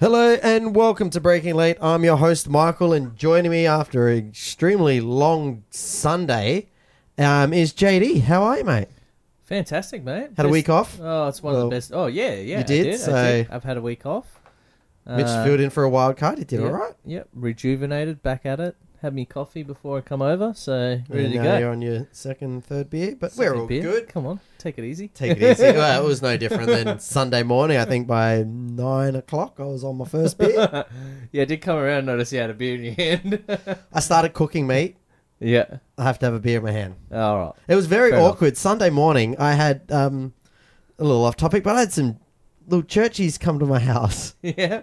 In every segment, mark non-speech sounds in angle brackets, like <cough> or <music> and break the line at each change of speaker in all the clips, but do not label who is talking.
Hello and welcome to Breaking Late. I'm your host Michael, and joining me after an extremely long Sunday um, is JD. How are you, mate?
Fantastic, mate.
Had a
Best-
week off.
Oh, it's one
Well,
of the best. Oh, yeah, yeah.
you did,
I did.
so-
I did. I've had a week off.
Mitch
Uh,
filled in for a wild card. He did
yep,
all right.
Yep, rejuvenated, back at it. Had me coffee before I come over, so ready
And
to
now
go.
You're on your second, third beer, but
Second
we're all
beer.
good.
Come on, take it easy.
Take it
<laughs>
easy. well, it was no different than Sunday morning. I think by nine o'clock, I was on my first beer.
Yeah, I did come around and notice you had a beer in your hand. <laughs>
I started cooking meat.
yeah.
I have to have a beer in my hand.
All right. <laughs>
It was very
Fair enough.
awkward. Sunday morning, I had um, a little off topic, but I had some little churchies come to my house, <laughs>
Yeah.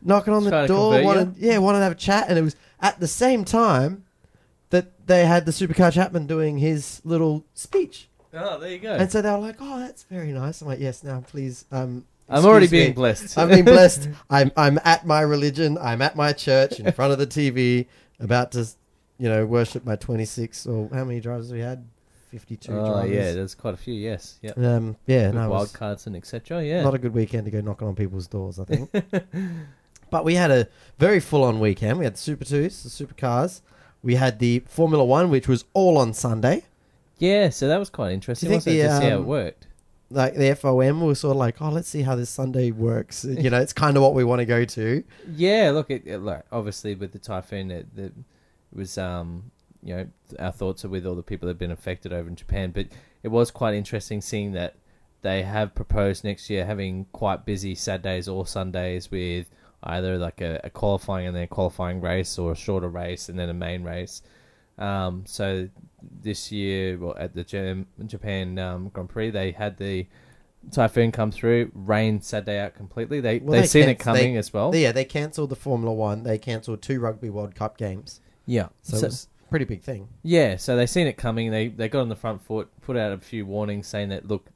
knocking on the
Trying to
door.
convert
Wanted, yeah, wanted to have a chat, and it was at the same time that they had the supercar Chapman doing his little speech,
Oh, there you go.
and so they were like, "Oh, that's very nice." I'm like, "Yes, now please." Um,
I'm already
excuse me.
being blessed.
I'm being blessed. I'm I'm at my religion. I'm at my church in front of the TV, about to, you know, worship my 26 or how many drivers we had, 52
<laughs> oh,
drivers.
yeah, there's quite a few, yes. Yep.
Um, yeah,
With
no, it
wild
was
cards and etc. Yeah.
not a good weekend to go knocking on people's doors, I
<laughs>
think. but we had a very full on weekend. We had the Super Twos, the Supercars. We had the Formula One, which was all on Sunday.
yeah, so that was quite interesting.
think
wasn't it,
the,
to see how it
um,
worked?
Like the FOM, we were sort of like, oh, let's see how this Sunday
<laughs>
works. You know, it's kind of what we want to go to.
Yeah, look, it, it, like obviously with the typhoon, it, the- it was um, you know our thoughts are with all the people that have been affected over in Japan. But it was quite interesting seeing that they have proposed next year having quite busy Saturdays or Sundays with either like a, a qualifying and then a qualifying race or a shorter race and then a main race. Um, so this year, well, at the Germ- Japan um, Grand Prix, they had the typhoon come through, rain Saturday out completely. They
Well,
they,
they
seen it
can't- they-
coming as well.
yeah, they cancelled the Formula One. They cancelled two Rugby World Cup games.
Yeah.
So, it was a pretty big thing.
yeah, so they seen it coming. They they got on the front foot, put out a few warnings saying that look,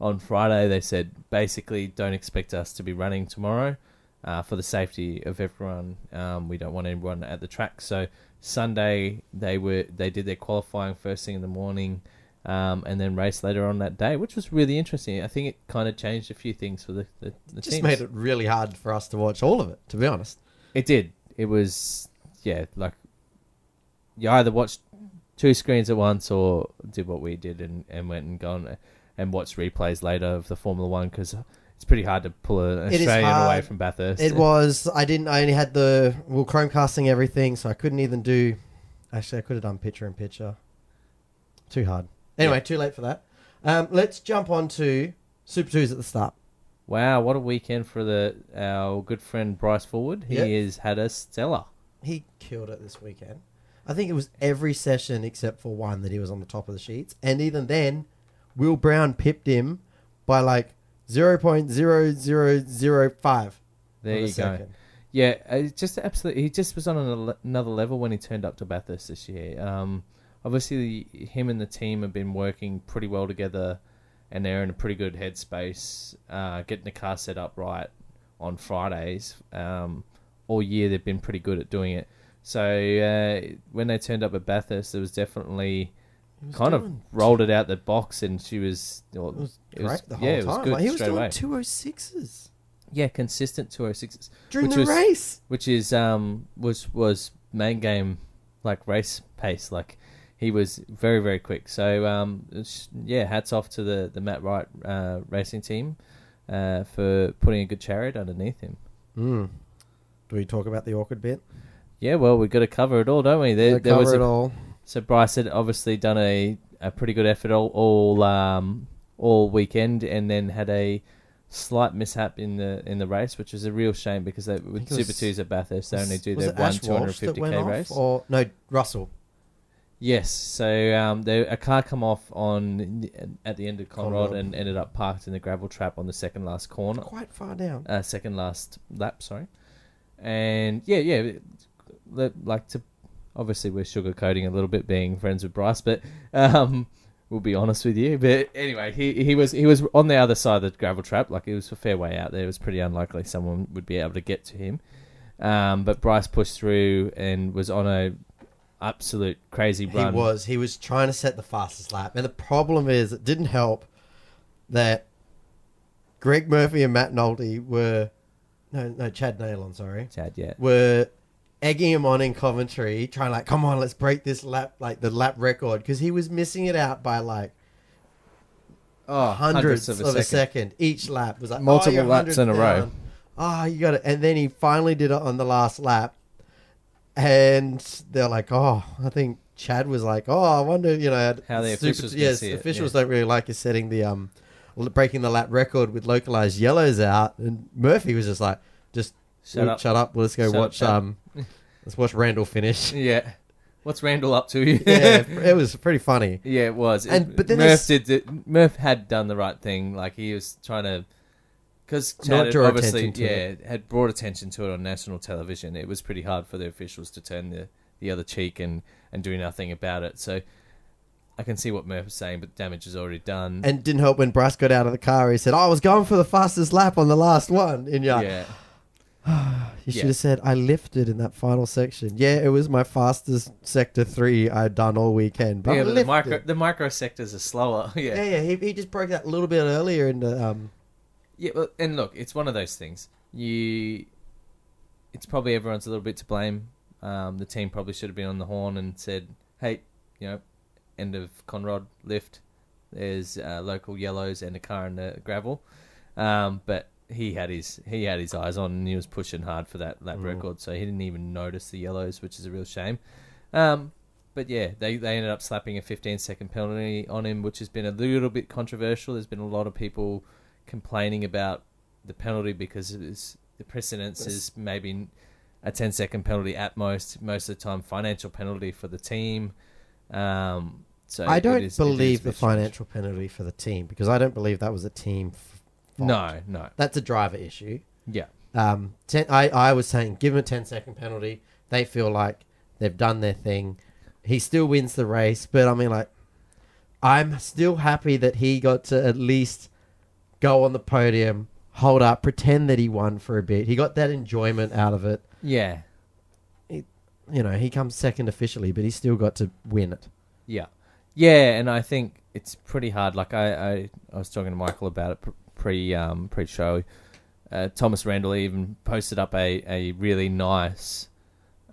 on Friday they said basically don't expect us to be running tomorrow, uh, for the safety of everyone. Um, we don't want anyone at the track. So Sunday they were they did their qualifying first thing in the morning. Um, and then race later on that day, which was really interesting. I think it kind of changed a few things for the the, the
Just
teams.
made it really hard for us to watch all of it, to be honest.
It did. It was yeah, like you either watched two screens at once or did what we did and, and went and gone and watched replays later of the Formula One because it's pretty hard to pull an
It is
Australian away
hard.
from Bathurst.
It was. I didn't. I only had the well Chromecasting everything, so I couldn't even do. Actually, I could have done picture in picture. Too hard. Anyway, too late for that. Um, let's jump on to Super Twos at the start.
Wow, what a weekend for the our good friend Bryce Forward. He
Yeah.
has had a stellar.
He killed it this weekend. I think it was every session except for one that he was on the top of the sheets, and even then, Will Brown pipped him by like zero point zero zero zero five.
There you go. Yeah, it's just absolutely. He just was on an- another level when he turned up to Bathurst this year. Um, obviously, him and the team have been working pretty well together, and they're in a pretty good headspace. Uh, getting the car set up right on Fridays. Um, all year they've been pretty good at doing it. So uh, when they turned up at Bathurst, it was definitely kind
doing-
of rolled it out the box, and she was. Well,
It was
it was-
great the whole
yeah, it was
time.
good
Like, he was
straight
doing
away.
two oh sixes
yeah, consistent 206s.
during
which
the
was-
race.
which is um was was main game like race pace like he was very very quick so um it's- yeah hats off to the the Matt Wright uh, racing team uh, for putting a good chariot underneath him
Mm. Do we talk about the awkward bit?
yeah well we've got to cover it all don't we there,
Did I
there was
cover
a
it all.
So Bryce had obviously done a, a pretty good effort all all, um, all weekend, and then had a slight mishap in the in the race, which is a real shame because they, with
think it was-
Super Twos at Bathurst, they
Was-
only do
was
their
it
one
Ash
two hundred
Walsh that
fifty
went
k
off,
race.
Or no, Russell.
Yes, so um, there, a car come off on at the end of Conrad,
Conrod.
and ended up parked in the gravel trap on the second last corner,
Quite far down.
uh, second last lap. Sorry, and yeah, yeah, it- li- like to obviously we're sugarcoating a little bit being friends with Bryce, but um, we'll be honest with you. But anyway, he he was he was on the other side of the gravel trap, like it was a fair way out there. It was pretty unlikely someone would be able to get to him. Um, but Bryce pushed through and was on a absolute crazy
He
run.
was. He was trying to set the fastest lap, and the problem is, it didn't help that Greg Murphy and Matt Nolte were no, no, Chad Nalon, sorry,
Chad, yeah.
were egging him on in commentary, trying like, come on, let's break this lap, like the lap record, because he was missing it out by like
Oh,
hundreds, of, a, second. Each lap was like
Multiple
oh, you're
laps
100
in a row.
down. Ah, you got it. And then he finally did it on the last lap, and they're like, "Oh, I think Chad was like, oh, I wonder, you know,
How the
super-
officials can
Yes,
see it,
officials don't really like you setting the um, l- breaking the lap record with localized yellows out." And Murphy was just like, "Just
Shut
ooh,
up.
shut up. Let's go
Shut up,
watch
Chad." <laughs>
um, let's watch Randall finish."
Yeah. What's Randall up to? <laughs>
yeah, it was pretty funny.
Yeah, it was. It-
And- but then there's-
Murph did the, Murph had done the right thing. Like he was trying to, because
Not
Chad had
draw
obviously
attention to
yeah had brought attention to it on national television. It was pretty hard for the officials to turn the, the other cheek and and do nothing about it. So I can see what Murph is saying, but damage is already done.
And it didn't help when Bryce got out of the car. He said, "I was going for the fastest lap on the last one." And yeah,
yeah,
You
Yeah.
should have said I lifted in that final section. Yeah, it was my fastest sector three I'd done all weekend. But,
yeah
I
but the
lifted.
micro the micro sectors are slower. <laughs> yeah,
yeah, yeah, he, he just broke that a little bit earlier in the um.
Yeah, well, and look, it's one of those things. You, it's probably everyone's a little bit to blame. Um, the team probably should have been on the horn and said, "Hey, you know, end of Conrod lift. There's uh, local yellows and a car in the gravel." Um, but he had his he had his eyes on and he was pushing hard for that lap
Mm.
record, so he didn't even notice the yellows, which is a real shame. Um, but yeah, they, they ended up slapping a 15 second penalty on him, which has been a little bit controversial. There's been a lot of people complaining about the penalty because it is, the precedence is maybe a 10 second penalty at most, most of the time, financial penalty for the team. Um, so
I
it
don't
is- it is a
believe the
bit strange.
financial penalty for the team because I don't believe that was a team. F- fault.
No, no.
that's a driver issue.
Yeah.
Um, ten, I I was saying give him a 10 second penalty. They feel like they've done their thing. He still wins the race, but I mean, like, I'm still happy that he got to at least go on the podium, hold up, pretend that he won for a bit. He got that enjoyment out of it.
Yeah.
You know, he comes second officially, but he still got to win it.
Yeah, yeah, and I think it's pretty hard. Like I, I, I was talking to Michael about it pr- pre um, pre show. Uh, Thomas Randall even posted up a a really nice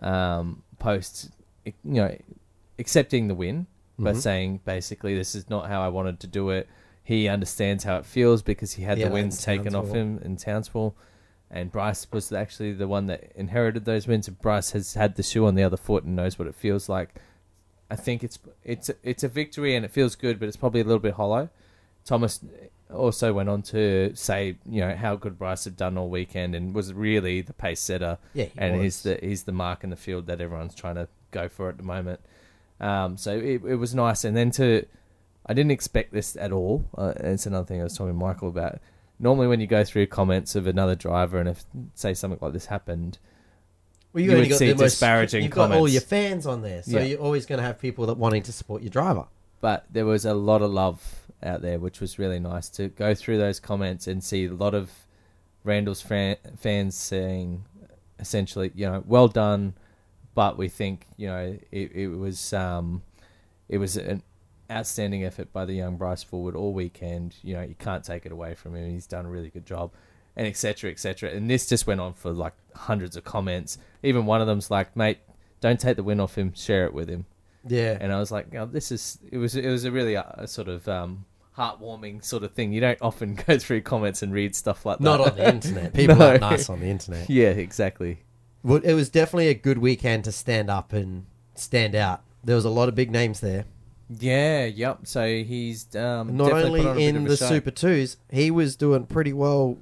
um, post, you know, accepting the win, but
Mhm.
saying basically this is not how I wanted to do it. He understands how it feels because he had
Yeah,
the wins
in
taken off
Townsville.
him in Townsville. And Bryce was actually the one that inherited those wins. And Bryce has had the shoe on the other foot and knows what it feels like. I think it's it's it's a victory and it feels good, but it's probably a little bit hollow. Thomas also went on to say, you know, how good Bryce had done all weekend and was really the pace setter,
Yeah, he
and
was.
he's the he's the mark in the field that everyone's trying to go for at the moment. Um, so it it was nice, and then to I didn't expect this at all. Uh, it's another thing I was talking to Michael about. Normally, when you go through comments of another driver, and if say something like this happened,
Well,
you would see disparaging
You've got all
comments.
your fans on there, so
Yeah.
you're always going to have people that wanting to support your driver.
but there was a lot of love out there, which was really nice to go through those comments and see a lot of Randall's fan, fans saying, essentially, you know, well done, but we think, you know, it, it was um, it was an outstanding effort by the young Bryce Forward all weekend. You know, you can't take it away from him. He's done a really good job, and etc. etc. And this just went on for like hundreds of comments. Even one of them's like, mate, don't take the win off him. Share it with him
Yeah,
and I was like, oh, "This is it was it was a really uh, a sort of um, heartwarming sort of thing." You don't often <laughs> go through comments and read stuff like that.
not on the internet. People
<laughs> No.
are nice on the internet.
yeah, exactly.
Well, it was definitely a good weekend to stand up and stand out. There was a lot of big names there.
Yeah, yep. So he's um,
Not
definitely put on a
only
bit
in
of a
the
show.
Super E Twos, he was doing pretty well.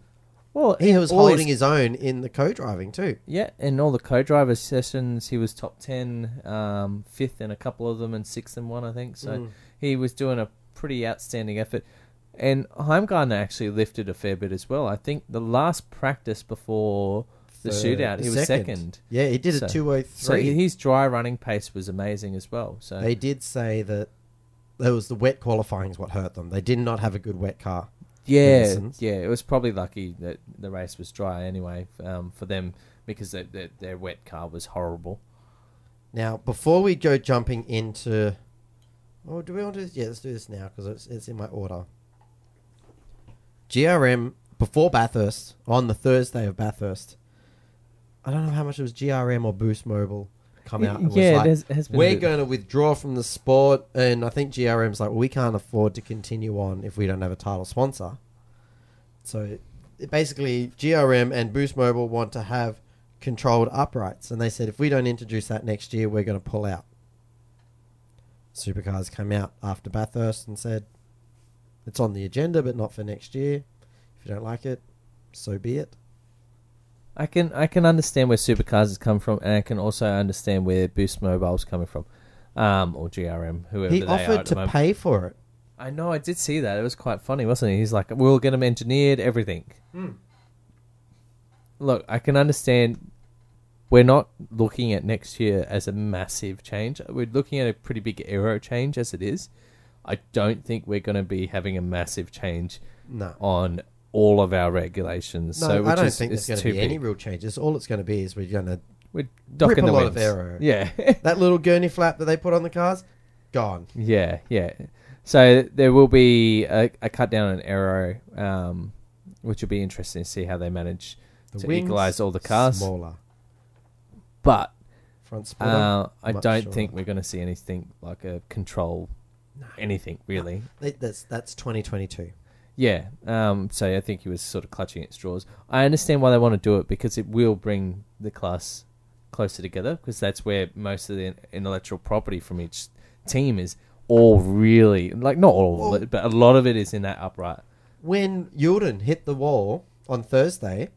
Well,
He was
all
holding his own in the co-driving too.
yeah, in all the co-driver sessions, he was top ten, um, fifth in a couple of them, and sixth in one, I think. So
Mm.
he was doing a pretty outstanding effort. And Heimgartner actually lifted a fair bit as well. I think the last practice before the
For
shootout, he was second.
Yeah, he did
So-
a two oh
So
three.
his dry running pace was amazing as well. So
They did say that it was the wet qualifying is what hurt them. They did not have a good wet car.
yeah,
Innocence.
yeah, it was probably lucky that the race was dry anyway um, for them because their their their wet car was horrible.
Now, before we go jumping into, oh, do we want to? Yeah, let's do this now because it's it's in my order. GRM before Bathurst on the Thursday of Bathurst. I don't know how much it was GRM or Boost Mobile come out. and was
yeah,
like,
there's, has been a
we're
bit-
going to withdraw from the sport, and I think GRM's like, well, we can't afford to continue on if we don't have a title sponsor. So it, it basically, GRM and Boost Mobile want to have controlled uprights, and they said if we don't introduce that next year, we're going to pull out. Supercars came out after Bathurst and said, it's on the agenda, but not for next year. If you don't like it, so be it.
I can I can understand where supercars has come from, and I can also understand where Boost Mobile's coming from, um, or GRM, whoever
He
they are
offered
at the
to
moment.
pay for it.
I know, I did see that. It was quite funny, wasn't it? He's like, "We'll get them engineered, everything."
Hmm.
Look, I can understand. We're not looking at next year as a massive change. We're looking at a pretty big aero change as it is. I don't think we're going to be having a massive change
No.
on all of our regulations.
No,
so, which
I don't
is,
think
is
there's going to
too
be any
big.
real changes. All it's going to be is we're going to
We're
rip a
docking the
lot of
wings.
aero.
Yeah. <laughs>
that little gurney flap that they put on the cars, gone.
Yeah, yeah. So there will be a, a cut down on aero, um, which will be interesting to see how they manage
The
to
wings,
equalize all the cars.
smaller
But
front spoiler.
uh, I
much
don't
shorter.
think we're going to see anything like a control, anything really.
They- that's that's 2022.
Yeah. Um, so I think he was sort of clutching at straws. I understand why they want to do it because it will bring the class closer together because that's where most of the intellectual property from each team is all really like not all of it, but a lot of it is in that upright.
When Yulden hit the wall on Thursday,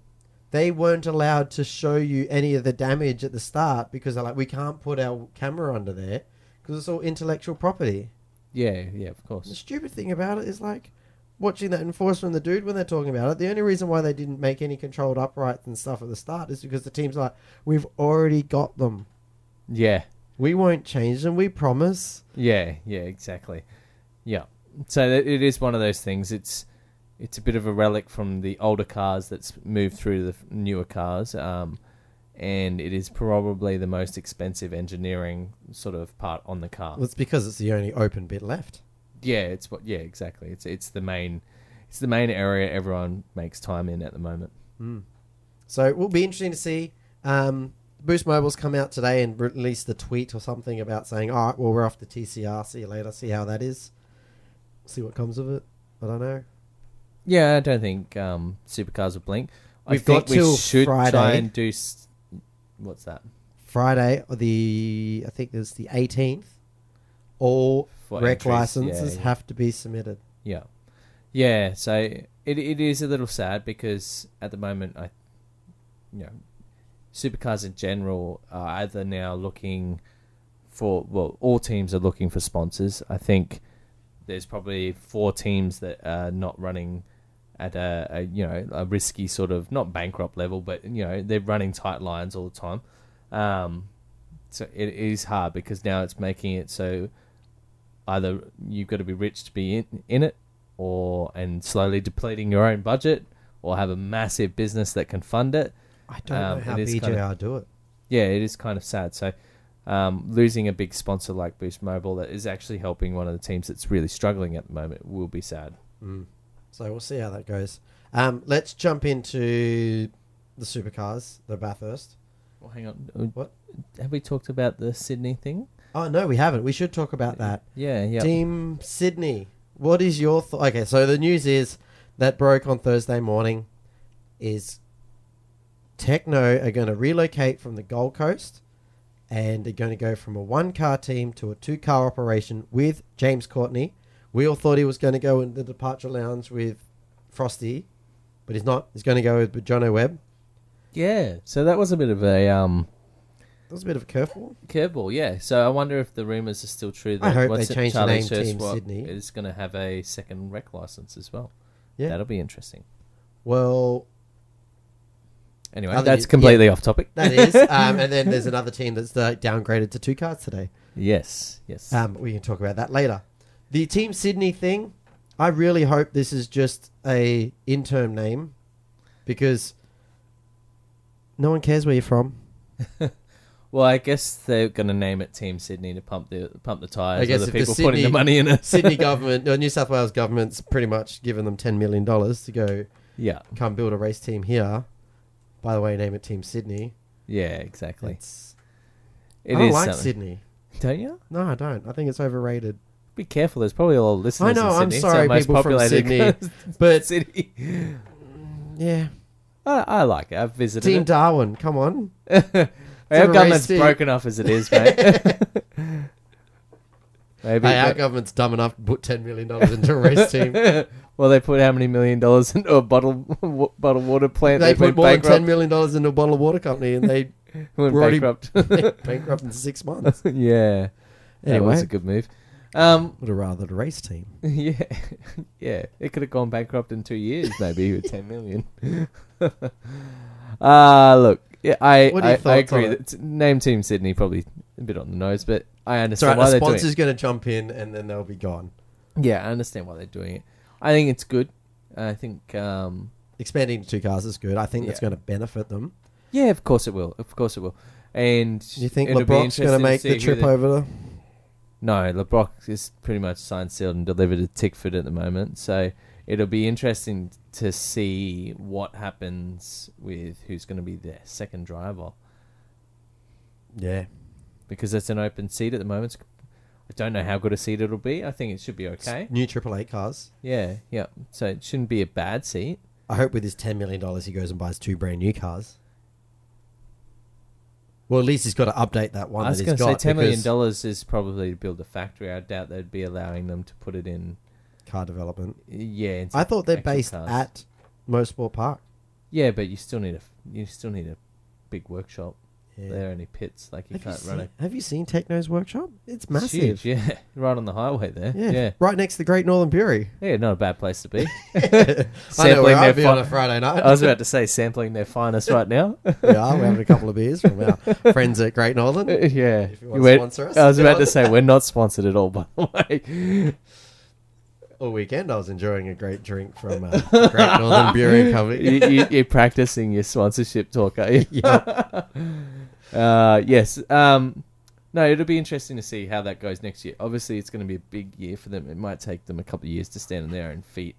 they weren't allowed to show you any of the damage at the start because they're like, we can't put our camera under there because it's all intellectual property.
Yeah, yeah, of
The
course.
stupid thing about it is like watching that enforcement, the dude when they're talking about it. The only reason why they didn't make any controlled uprights and stuff at the start is because the team's like, we've already got them.
Yeah,
We won't change them. We promise.
yeah, yeah, exactly. Yeah. So that- it is one of those things. It's it's a bit of a relic from the older cars that's moved through to the f- newer cars, um, and it is probably the most expensive engineering sort of part on the car.
Well, it's because it's the only open bit left.
Yeah, it's what. Yeah, exactly. It's it's the main it's the main area everyone makes time in at the moment.
So it will be interesting to see. Um, Boost Mobile's come out today and released a tweet or something about saying, all right, well, we're off to TCR. See you later. See how that is. See what comes of it. I don't know.
Yeah, I don't think um, supercars will blink. I
We've got
think
till
we should try
Friday.
and do. S- what's that?
Friday, the I think it's the 18th. All
For
rec
entries,
licenses
yeah, yeah.
have to be submitted.
Yeah, yeah. So it it is a little sad because at the moment I, you know, supercars in general are either now looking for well, all teams are looking for sponsors. I think there's probably four teams that are not running at a, a you know a risky sort of not bankrupt level, but you know they're running tight lines all the time. Um, so it is hard because now it's making it so either you've got to be rich to be in, in it or and slowly depleting your own budget or have a massive business that can fund it
I don't
Um,
know how
it is
BJR
kinda-
do it.
yeah it is kind of sad so um, losing a big sponsor like boost mobile that is actually helping one of the teams that's really struggling at the moment will be sad
Mm. So we'll see how that goes. Um, let's jump into the supercars, the Bathurst.
well hang on
What?
Uh, have we talked about the sydney thing
Oh no, we haven't. We should talk about that.
yeah yeah
Team Sydney. What is your thought? Okay, so the news is that broke on Thursday morning is Techno are going to relocate from the Gold Coast and they're going to go from a one car team to a two car operation with James Courtney. We all thought he was going to go in the departure lounge with Frosty, but he's not. He's going to go with John O'Webb.
yeah so that was a bit of a um
That was a bit of a curveball.
Curveball, yeah. So I wonder if the rumours are still true. That
I hope
what's
they
it,
change the
Charlie
name Team
Shirtswap
Sydney.
Is going to have a second rec license as well.
Yeah.
that'll be interesting.
Well,
Anyway,
Other
that's
news-
completely off topic.
that is. um, and then there's another team that's uh, downgraded to two cars today.
yes, yes.
Um, we can talk about that later. The Team Sydney thing, I really hope this is just a interim name because no one cares where you're from.
well, I guess they're going to name it Team Sydney to pump the pump the tires.
I guess
or the
if the
people putting the
<laughs> Sydney-
money in it. <laughs>
Sydney government, or New South Wales government's pretty much given them ten million dollars to go
Yeah.
come build a race team here. By the way, name it Team Sydney.
Yeah. Exactly.
It's,
It is
I don't like
something.
Sydney.
Don't you?
No, I don't. I think it's overrated.
Be careful. There's probably a lot of listeners.
I know,
In
I'm
Sydney.
sorry,
It's our most
people from
populated
<laughs> Sydney. But
<laughs> city.
yeah,
I, I like it. I've visited.
Team
it.
Darwin. Come on.
Our
race
government's
team.
broken off as it
<laughs>
is, mate. Maybe.
Hey, our
but-
government's dumb enough to put ten million dollars into a
<laughs>
race team.
well, they put how many million dollars <laughs> into a bottle wa- bottle water plant?
they
that
put
went
more than
bankrupt.
ten million dollars into a bottle of water company, and
<laughs>
they
went
were already-
bankrupt. <laughs>
bankrupt in six months.
yeah. That was
Anyway,
a good move. Um, <laughs>
would have rather the race team.
Yeah, yeah. It could have gone bankrupt in two years, maybe with ten million. <laughs> Ah, look. Yeah, I
What are
I,
your
I
thoughts on
agree.
it?
That name team Sydney probably a bit on the nose, but I
It's all
understand
right. The
why they're doing.
sponsor's going to jump in, and then they'll be gone.
It. Yeah, I understand why they're doing it. I think it's good. I think. um
Expanding to two cars is good. I think that's
Yeah.
going to benefit them.
Yeah, of course it will. Of course it will. And
Do you think
it'll be
LeBrock's
interesting
going to make
see
the
who
trip over to?
No, LeBrock is pretty much signed, sealed, and delivered to Tickford at the moment. So it'll be interesting to see what happens with who's going to be their second driver
Yeah,
because it's an open seat at the moment. It's- I don't know how good a seat it'll be. I think it should be okay.
It's new triple eight cars.
Yeah, yeah. So it shouldn't be a bad seat.
I hope with his ten million dollars, he goes and buys two brand new cars. Well, at least he's got to update that one
I was
that
going
he's
to say
got.
ten million
because
dollars is probably to build a factory. I doubt they'd be allowing them to put it in.
car development.
Yeah, into
I thought they're
actual
based
cars.
at Motorsport Park.
Yeah, but you still need a you still need a big workshop.
Yeah.
They're only pits. Like you
Have you,
can't run
seen,
it.
have you seen Techno's workshop? It's massive.
It's huge, <laughs> yeah. Right on the highway there.
Yeah.
Yeah. yeah.
Right next to the Great Northern Brewery.
not a bad place to be. <laughs>
I know
Sampling
where
their
I'd be on
fi-
a Friday night.
<laughs> I was about to say sampling their finest right now. <laughs>
we are. We're having a couple of beers from our friends at Great Northern.
yeah.
If you wanna
We're-
sponsor us.
I
<laughs>
was about to say we're not sponsored at all, by the way.
All weekend, I was enjoying a great drink from uh, Great Northern Brewery
<laughs>
Company.
you, you, you're practicing your sponsorship talk, are you? <laughs>
Yeah.
Uh, yes. Um, no, it'll be interesting to see how that goes next year. Obviously, it's going to be a big year for them. It might take them a couple of years to stand on their own feet,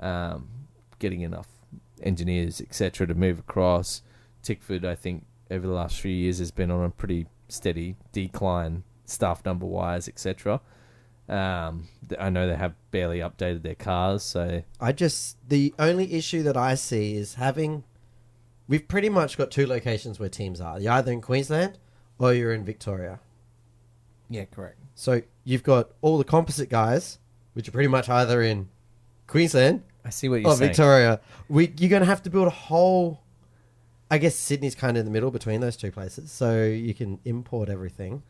um, getting enough engineers, etc., to move across. Tickford, I think, over the last few years has been on a pretty steady decline, staff number wise, etc. Um, th- I know they have barely updated their cars, so
I just the only issue that I see is having we've pretty much got two locations where teams are. You're either in Queensland or you're in Victoria.
yeah, correct.
So you've got all the composite guys, which are pretty much either in Queensland
I see what you're
or
saying.
Victoria. We you're gonna have to build a whole I guess Sydney's kinda in the middle between those two places, so you can import everything.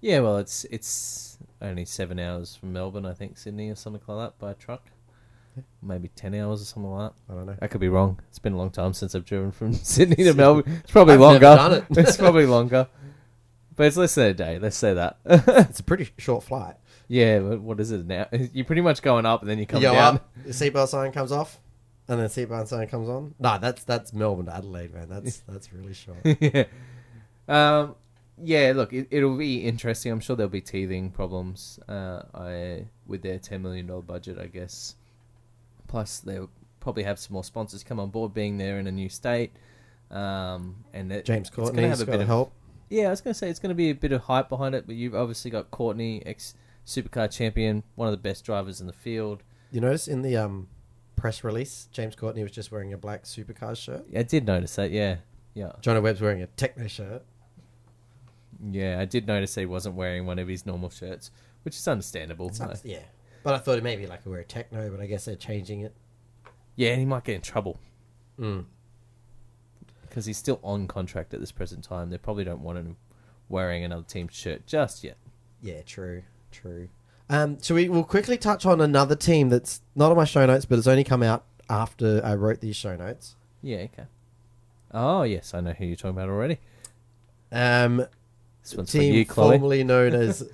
Yeah, well, it's it's only seven hours from Melbourne, I think Sydney or something like that by truck. Maybe ten hours or something like
I don't know.
that. I could be wrong. It's been a long time since I've driven from <laughs> Sydney to
Sydney.
Melbourne. It's probably
I've never
longer.
done it.
<laughs> it's probably longer, but it's less than a day. Let's say that. <laughs>
It's a pretty short flight.
yeah, but what is it now? <laughs> You're pretty much going up and then you come
you go
down.
up, the seatbelt sign comes off, and then seatbelt sign comes on. Nah, that's that's Melbourne to Adelaide, man.
<laughs>
That's that's really short.
yeah. <laughs> Um, yeah, look, it, it'll be interesting. I'm sure there'll be teething problems uh, I, with their $10 million budget, I guess. Plus, they'll probably have some more sponsors come on board being there in a new state. Um, and it,
James
it's gonna
Courtney's
have a
got
bit of
help.
yeah, I was going to say it's going to be a bit of hype behind it, but you've obviously got Courtney, ex supercar champion, one of the best drivers in the field.
You notice in the um, press release, James Courtney was just wearing a black supercar shirt.
I did notice that, yeah. Yeah.
Johnny Webb's wearing a techno shirt.
Yeah, I did notice he wasn't wearing one of his normal shirts, which is understandable.
It's not- yeah, but I thought it maybe like wear a techno, but I guess they're changing it.
Yeah, and he might get in trouble
Mm.
because he's still on contract at this present time. They probably don't want him wearing another team's shirt just yet.
Yeah, true, true. Um, so we will quickly touch on another team that's not on my show notes, but it's only come out after I wrote these show notes.
Yeah, okay. Oh yes, I know who you're talking about already.
Um,
This one's
team
for you, Chloe.
formerly known
<laughs>
as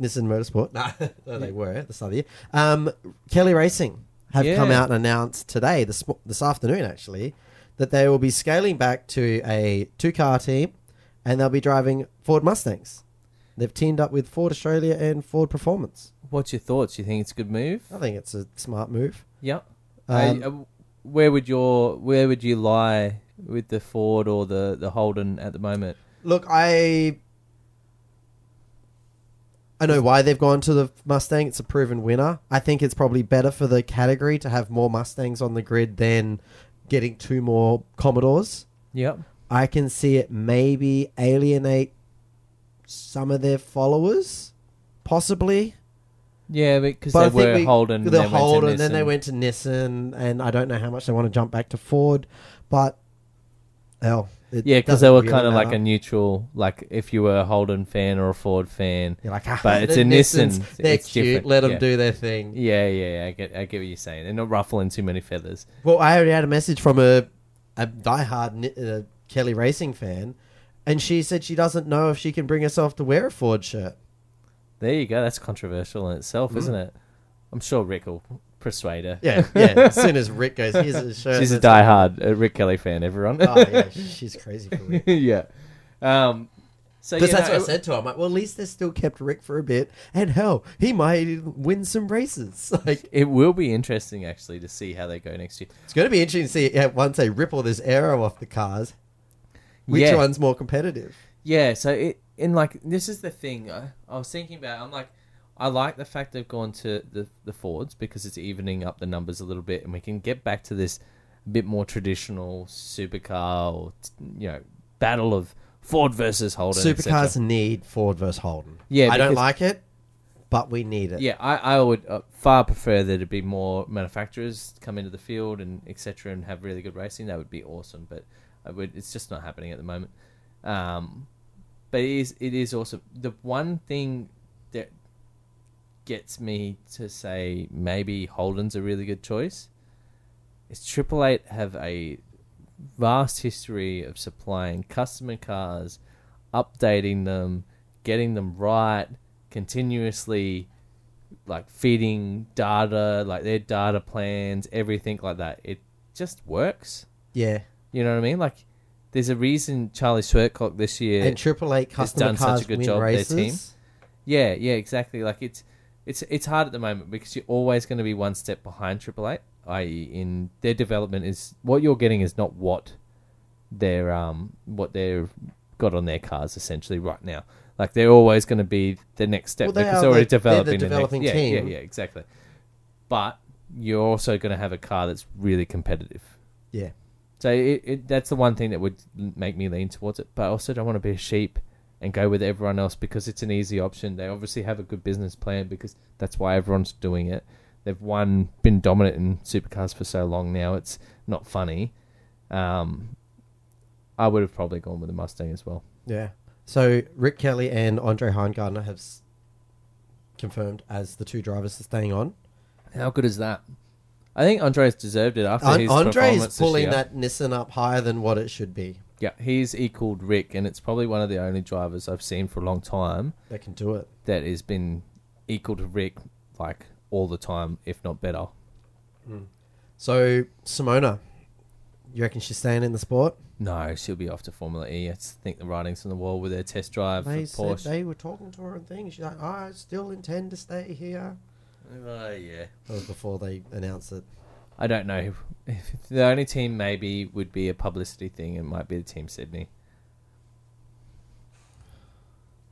Nissan Motorsport. Nah, no, <laughs> they were at the start of the year. Um, Kelly Racing have come
Yeah.
out and announced today, this mo- this afternoon actually, that they will be scaling back to a two car team, and they'll be driving Ford Mustangs. They've teamed up with Ford Australia and Ford Performance.
What's your thoughts? You think it's a good move?
I think it's a smart move.
Yep.
Um,
I- I- where would your where would you lie with the Ford or the the Holden at the moment?
Look, I I know why they've gone to the Mustang. It's a proven winner. I think it's probably better for the category to have more Mustangs on the grid than getting two more Commodores.
Yep.
I can see it maybe alienate some of their followers, possibly.
Yeah, because
But
they
I think
were
we-
Holden.
The
then went to
hold, and then they
Nissan.
went to Nissan, and I don't know how much they want to jump back to Ford, but hell, it
Yeah, because
doesn't
they were
really
kind of like
matter.
a neutral. Like if you were a Holden fan or a Ford fan.
You're like, ah,
but it's
the
a
Nissans,
Nissan.
They're
It's
cute.
different.
Let them
Yeah.
do their thing.
Yeah, yeah, yeah, I get, I get what you're saying. They're not ruffling too many feathers.
Well, I already had a message from a, a diehard Ni- uh, Kelly Racing fan, and she said she doesn't know if she can bring herself to wear a Ford shirt.
There you go. That's controversial in itself, isn't it? I'm sure Rick will persuade her.
Mm-hmm.
<laughs>
Yeah, yeah. as soon as Rick goes, here's a shirt.
She's a
that's-
diehard uh, Rick Kelly fan. Everyone.
Oh, yeah, she's crazy for Rick.
<laughs> yeah. Um, so
Because
you
that's
know,
what I said to her. I'm like, well, at least they still kept Rick for a bit, and hell, he might win some races. <laughs> Like,
It will be interesting actually to see how they go next year.
it's going to be interesting to see yeah, once they rip all this arrow off the cars, which
Yeah.
one's more competitive.
Yeah, so it and like this is the thing I, I was thinking about. I'm like, I like the fact they've gone to the the Fords because it's evening up the numbers a little bit, and we can get back to this bit more traditional supercar or t- you know battle of Ford versus Holden. et cetera.
Supercars need Ford versus Holden.
Yeah,
I don't
because-
like it, but we need it.
Yeah, I, I would uh, far prefer there to be more manufacturers come into the field and etc. and have really good racing. That would be awesome, but I would, it's just not happening at the moment. Um, but it is it is also the one thing that gets me to say maybe Holden's a really good choice. Is Triple Eight have a vast history of supplying customer cars, updating them, getting them right, continuously like feeding data, like their data plans, everything like that. It just works.
Yeah.
You know what I mean? Like there's a reason Charlie Swercock this year
And Triple Eight customer
done such a
cars
good
win
job, their
races.
team. Yeah, yeah, exactly. Like it's it's it's hard at the moment because you're always going to be one step behind Triple Eight, i.e., in their development is what you're getting is not what their um what they've got on their cars essentially right now. Like they're always going to be the next step
Well, they
because
are
they're already
the- they're the
developing the
developing
next, Yeah,
team.
yeah, yeah, exactly. But you're also going to have a car that's really competitive.
Yeah.
So it, it that's the one thing that would make me lean towards it. But I also don't want to be a sheep and go with everyone else because it's an easy option. They obviously have a good business plan because that's why everyone's doing it. They've won, been dominant in supercars for so long now. It's not funny. Um, I would have probably gone with the Mustang as well.
Yeah. So Rick Kelly and Andre Heimgartner have s- confirmed as the two drivers staying on.
How good is that? I think Andre's deserved it after
An-
his
Andre
performance
is
this
pulling
year.
that Nissan up higher than what it should be.
Yeah, he's equaled Rick, and it's probably one of the only drivers I've seen for a long time
They can do it.
that has been equal to Rick like all the time, if not better.
So Simona, you reckon she's staying in the sport?
No, she'll be off to Formula E. I just think the writing's on the wall with her test drive
They
for
said
Porsche.
they were talking to her and things. She's like, I still intend to stay here.
Oh yeah.
That was before they announced it.
I don't know. If the only team maybe would be a publicity thing. It might be the team Sydney.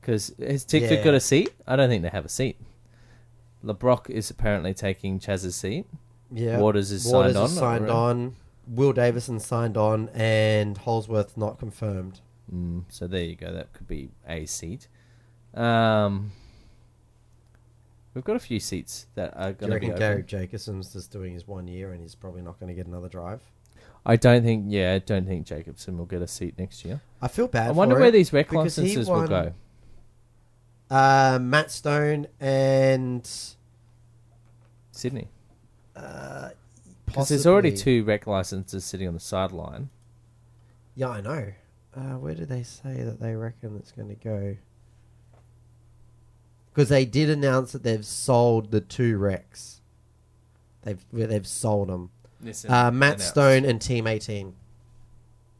Because has TikTok
Yeah.
got a seat? I don't think they have a seat. LeBrock is apparently taking Chaz's seat.
Yeah.
Waters is
Waters
signed on.
is signed on. Will Davison signed on, and Holsworth not confirmed.
Mm, so there you go. That could be a seat. Um, we've got a few seats that
Do you
are going to be
reckon
open.
Gary Jacobson's just doing his one year and he's probably not going to get another drive?
I don't think. Yeah, I don't think Jacobson will get a seat next year.
I feel bad.
I wonder
for
where
it.
these rec
because he
licenses will
won-
go.
Uh, Matt Stone and
Sydney,
uh,
because there's already
possibly-
two rec licenses sitting on the sideline.
Yeah, I know. Uh, where do they say that they reckon it's going to go? Because they did announce that they've sold the two wrecks. They've where they've sold them. Uh, Matt Stone and Team 18.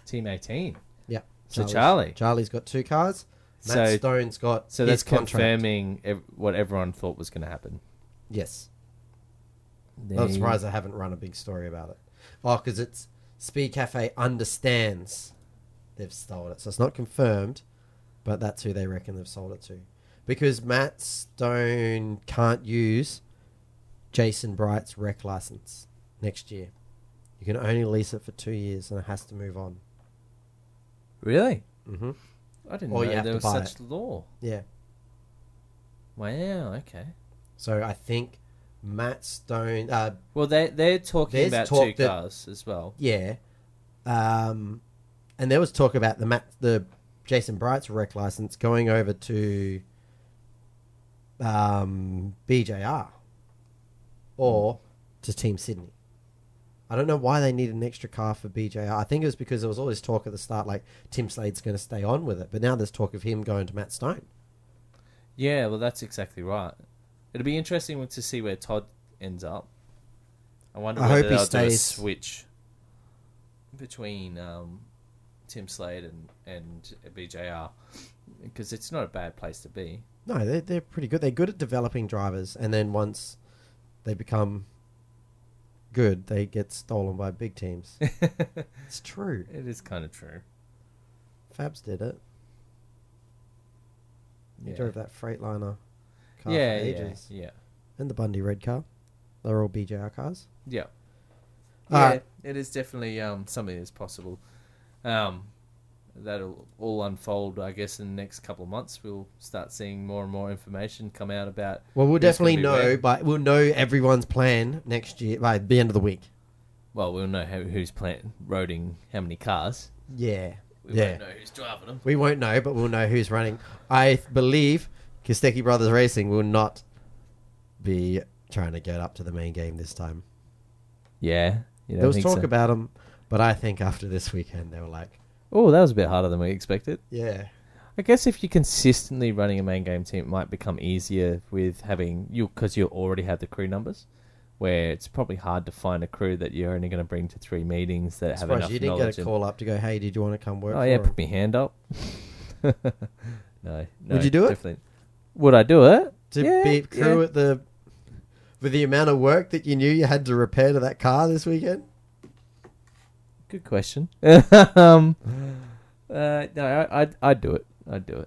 team 18.
Yeah.
So
Charlie's-
Charlie.
Charlie's got two cars. Matt
So-
Stone's got
So
his
that's
contract.
confirming ev- what everyone thought was going to happen.
Yes.
There
I'm
you-
surprised I haven't run a big story about it. Oh, because it's Speed Cafe understands they've stolen it, so it's not confirmed, but that's who they reckon they've sold it to, because Matt Stone can't use Jason Bright's rec license next year. You can only lease it for two years, and it has to move on.
Really?
Mm-hmm.
I didn't
Or you
know
have
there
to
was
buy
such law.
Yeah.
Wow. Okay.
So I think Matt Stone, uh,
Well, they they're talking
There's
about
talk
two
that-
cars as well.
yeah, um, and there was talk about the Matt, the Jason Bright's rec license going over to um, BJR or to Team Sydney. I don't know why they needed an extra car for BJR. I think it was because there was all this talk at the start, like Tim Slade's going to stay on with it, but now there's talk of him going to Matt Stone.
Yeah. Well, that's exactly right. It'll be interesting to see where Todd ends up. I wonder
I
whether
hope he
they'll do a
stays.
switch between um, Tim Slade and and BJR because it's not a bad place to be.
No, they're, they're pretty good. They're good at developing drivers, and then once they become good, they get stolen by big <laughs> teams.
it
it's true.
is kind of true.
Fabs did it. He
Yeah.
drove that Freightliner car
yeah,
for
yeah,
ages.
yeah,
And the Bundy red car. They're all BJR cars.
yeah. Yeah,
Alright.
it is definitely um, something that's possible. Um, that'll all unfold, I guess, in the next couple of months. We'll start seeing more and more information come out about.
Well, we'll
Who's gonna
definitely
be
know,
where?
but we'll know everyone's plan next year by the end of the week.
Well, we'll know how, who's plan- roading how many cars.
Yeah.
We
yeah.
won't know who's driving them.
We won't know, but we'll know who's running. I th- believe Kostecki Brothers Racing will not be trying to get up to the main game this time.
Yeah, you
there was talk about 'em, about them, but I think after this weekend they were like,
Oh, that was a bit harder than we expected.
yeah,
I guess if you're consistently running a main game team, it might become easier with having you because you already have the crew numbers. Where it's probably hard to find a crew that you're only going to bring to three meetings that
I
have
suppose
enough
you didn't
knowledge.
get a
and-
call up to go, hey, did you want to come work?
oh
for
yeah,
us?"
put my hand up. <laughs> no, no,
Would you do it?
definitely. Would I do it?
to
Yeah,
be crew
yeah.
at the with the amount of work that you knew you had to repair to that car this weekend.
Good question. <laughs> um, uh, no, I, I'd, I'd do it. I'd do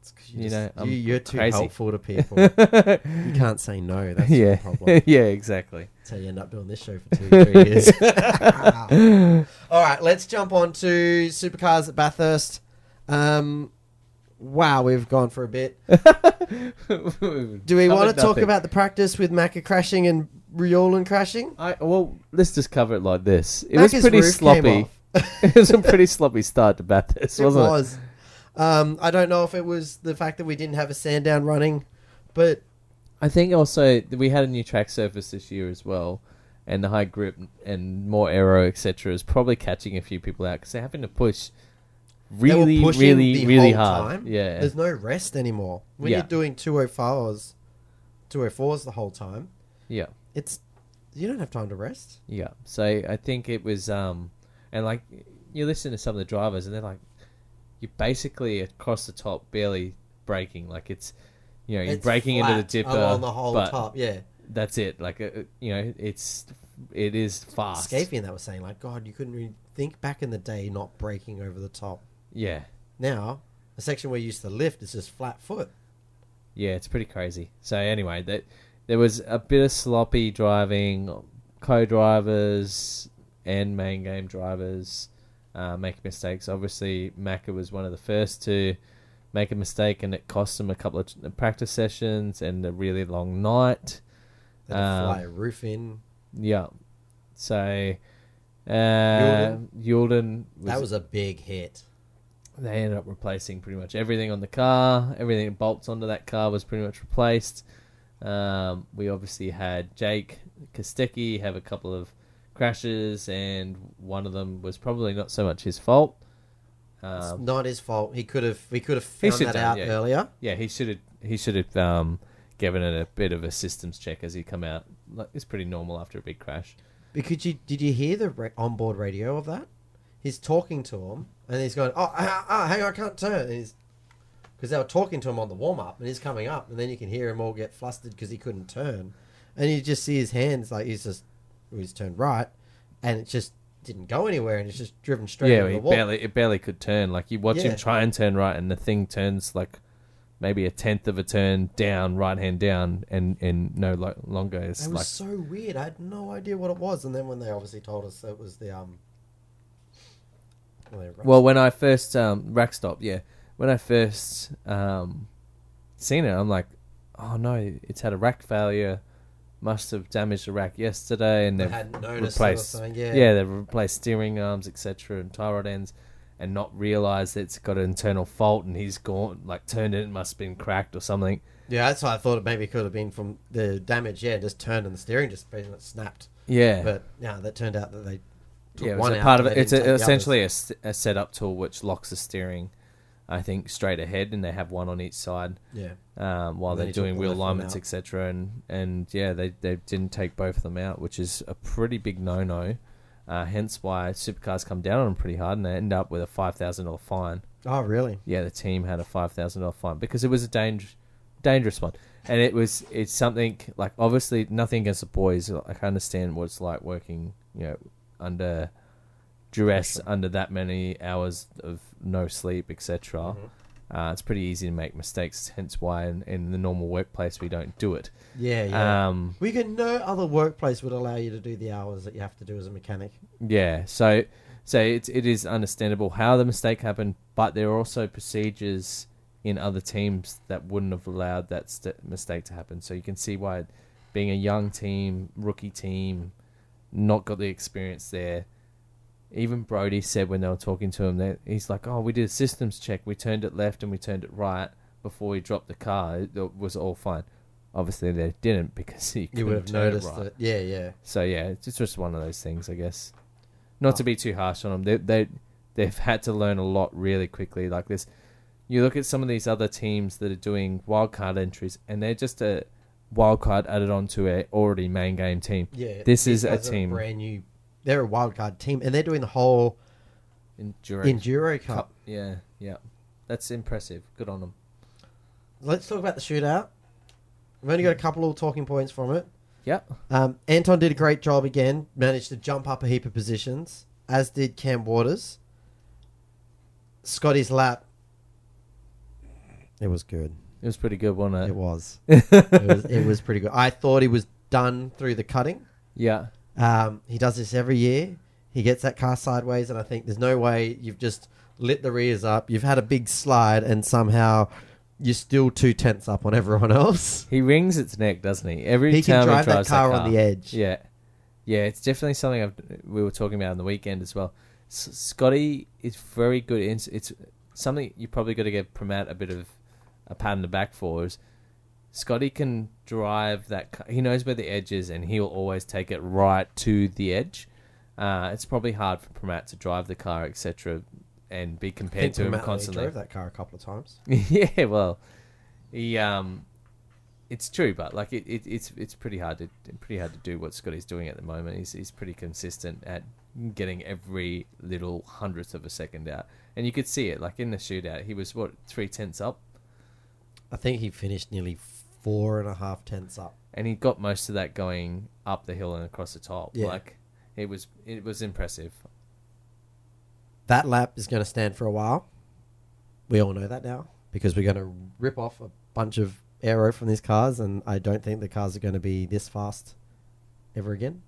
It's 'cause you,
You
just-
know, I'm
you, you're too
crazy.
helpful to
<laughs>
people. you
it.
can't say no.
<laughs>
That's the
yeah,
problem.
yeah, exactly.
That's how you end up doing this show for two,
<laughs>
three years. <laughs> All right, let's jump on to supercars at Bathurst. Um, wow, we've gone for a bit. Do we want to talk about the practice with Macca crashing and Riolan crashing?
I, well, let's just cover it like this. It
Macca's
was pretty
roof came
sloppy.
off.
<laughs> it was a pretty sloppy start to Bathurst,
it
wasn't it?
was. Um, I don't know if it was the fact that we didn't have a sand down running, but
I think also that we had a new track surface this year as well, and the high grip and more aero etc. is probably catching a few people out because they're having to push
they were
really,
pushing
really,
the
really
whole
hard.
Time.
Yeah,
There's no rest anymore. When
Yeah.
you're doing 205s, 204s the whole time,
yeah,
it's you don't have time to rest.
yeah. So I think it was, um, and like you listen to some of the drivers, and they're like, you're basically across the top, barely braking. Like it's, you know, you're
It's
braking into the
flat
dipper
along the whole
but
top. Yeah,
That's it. Like uh, uh, you know, it's it is fast.
Scapian that was saying like, God, you couldn't really think back in the day not breaking over the top.
Yeah,
Now the section where you used to lift is just flat foot.
Yeah, it's pretty crazy. So anyway, that there was a bit of sloppy driving, co-drivers and main game drivers uh, make mistakes. Obviously, Macca was one of the first to make a mistake, and it cost him a couple of t- uh, practice sessions and a really long night.
They had to
Um,
fly a roof in.
Yeah, so. Uh, Yulden was,
That was a big hit.
they ended up replacing pretty much everything on the car. Everything that bolts onto that car was pretty much replaced. Um, we obviously had Jake Kostecki have a couple of crashes, and one of them was probably not so much his fault.
It's
Um,
not his fault. He could have. We could have
He
found
should
that
have,
out
yeah.
earlier.
yeah, he should have he should have um, given it a bit of a systems check as he come out. Like, it's pretty normal after a big crash.
Because you did you hear the re- onboard radio of that? He's talking to him, and he's going, "Oh, ah, ah, hang on, I can't turn." And he's because they were talking to him on the warm up, and he's coming up, and then you can hear him all get flustered because he couldn't turn, and you just see his hands like he's just well, he's turned right, and it just didn't go anywhere, and it's just driven straight
yeah,
into the
it
wall.
barely it barely could turn. Like you watch
Yeah.
him try and turn right, and the thing turns like maybe a tenth of a turn down, right hand down, and and no lo- longer is
It was
like
so weird. I had no idea what it was, and then when they obviously told us it was the um. well, they
Well, when I first um, rack stop, yeah, when I first um, seen it, I'm like, oh no, it's had a rack failure. Must have damaged the rack yesterday, and
They
they've
hadn't noticed it or
replaced.
something, yeah.
they've replaced steering arms, etc., and tie rod ends, and not realised it's got an internal fault, and he's gone like turned it, it must have been cracked or something.
Yeah, that's why I thought it maybe could have been from the damage. Yeah, just turned and the steering just been- it snapped.
Yeah,
But yeah, that turned out that they took
yeah, it was
one
a
out,
part of
but
it.
they
It's
didn't take
a,
the others.
essentially a, s- a setup tool which locks the steering, I think, straight ahead, and they have one on each side.
yeah.
um, while
And
they're
then he took
doing
the
wheel
left one
alignments,
out.
etc. And and yeah, they they didn't take both of them out, which is a pretty big no no. Uh, hence why supercars come down on them pretty hard, and they end up with a five thousand dollar fine.
Oh, really?
Yeah, the team had a five thousand dollar fine because it was a dangerous dangerous one, and it was it's something like obviously nothing against the boys. Like, I understand what it's like working, you know, under duress, under that many hours of no sleep, etc. Uh, it's pretty easy to make mistakes, hence why in, in the normal workplace we don't do it.
Yeah, yeah.
Um,
we could no other workplace would allow you to do the hours that you have to do as a mechanic.
yeah, so so it, it is understandable how the mistake happened, but there are also procedures in other teams that wouldn't have allowed that st- mistake to happen. So you can see why being a young team, rookie team, not got the experience there. Even Brody said when they were talking to him that he's like, "Oh, we did a systems check. We turned it left and we turned it right before we dropped the car. It, it was all fine." Obviously, they didn't because <laughs> he
You would have noticed
it. right.
that. Yeah, yeah.
So yeah, it's it's just one of those things, I guess. Not
Ah.
to be too harsh on them, they they they've had to learn a lot really quickly. Like this, you look at some of these other teams that are doing wildcard entries, and they're just a wildcard added onto a already main game team.
Yeah.
This
these
is a
guys are
team.
brand new. They're a wild card team, and they're doing the whole
Endurance
Enduro Cup.
Cup. Yeah, yeah, that's impressive. Good on them.
Let's talk about the shootout. We've only got a couple of talking points from it.
Yep.
Um, Anton did a great job again, managed to jump up a heap of positions, as did Cam Waters. Scotty's lap. It was good.
It was pretty good, wasn't
It
it?
was. it was. It was pretty good. I thought he was done through the cutting.
<laughs> Yeah,
Um, he does this every year. He gets that car sideways, and I think there's no way you've just lit the rears up. You've had a big slide, and somehow you're still two tenths up on everyone <laughs> else.
he rings its neck, doesn't he? Every
He can
time
drive
he
that
drives
car on the edge.
Yeah, yeah, it's definitely something I've, we were talking about on the weekend as well. S- Scotty is very good. In, it's something you probably got to give Pramat a bit of a pat on the back for. Is Scotty can drive that. Car, he knows where the edge is, and he'll always take it right to the edge. Uh, it's probably hard for Pramat to drive the car, etc., and be compared to him
Matt Lee
constantly.
drove that car a couple of times.
<laughs> yeah, well, he um, it's true, but like it, it, it's it's pretty hard to pretty hard to do what Scotty's doing at the moment. He's he's pretty consistent at getting every little hundredth of a second out, and you could see it like in the shootout. He was what three tenths up,
I think he finished nearly four and a half tenths up.
and he got most of that going up the hill and across the top.
Yeah.
Like it was it was impressive.
That lap is going to stand for a while. We all know that now because we're going to rip off a bunch of aero from these cars, and I don't think the cars are going to be this fast ever again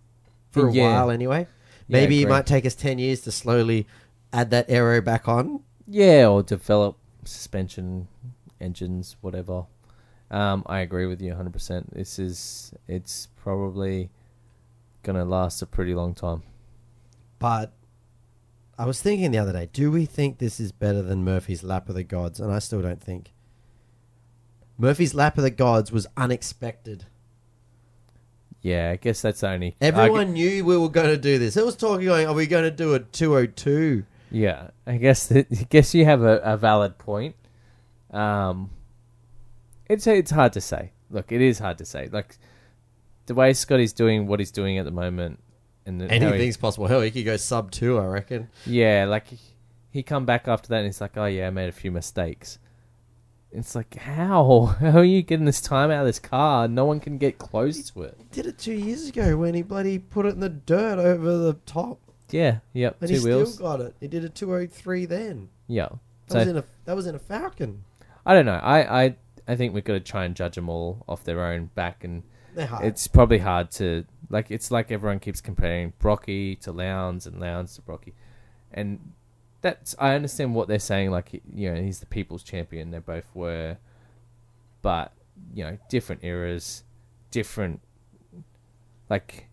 for a
Yeah.
while anyway.
Yeah,
Maybe it
agree.
might take us 10 years to slowly add that aero back on.
Yeah, or develop suspension, engines, whatever. Um, I agree with you 100%. This is, it's probably going to last a pretty long time.
But I was thinking the other day, do we think this is better than Murphy's Lap of the Gods? And I still don't think. Murphy's Lap of the Gods was unexpected.
Yeah, I guess that's the only. I gu-
Everyone knew we were going to do this. It was talking going, are we going to do a 202?
yeah, I guess that, <laughs> I guess you have a, a valid point. Um, it's it's hard to say. Look, it is hard to say. Like the way Scotty's doing what he's doing at the moment, and the- how he-
Anything's possible. Hell, he could go sub 2, I reckon.
Yeah, like he come back after that and he's like, "Oh yeah, I made a few mistakes," It's like how <laughs> how are you getting this time out of this car? No one can get close to it.
Did it two years ago when he bloody put it in the dirt over the top,
Yeah, yep,
and
two
he
wheels.
still got it. He did a two oh three then.
yeah,
That
so
was in a that was in a Falcon.
I don't know. I I I think we've got to try and judge them all off their own back, and
They're hard.
it's probably hard to like. It's like everyone keeps comparing Brocky to Lowndes and Lowndes to Brocky, and that's I understand what they're saying. Like you know, he's the people's champion. They both were, but you know, different eras, different like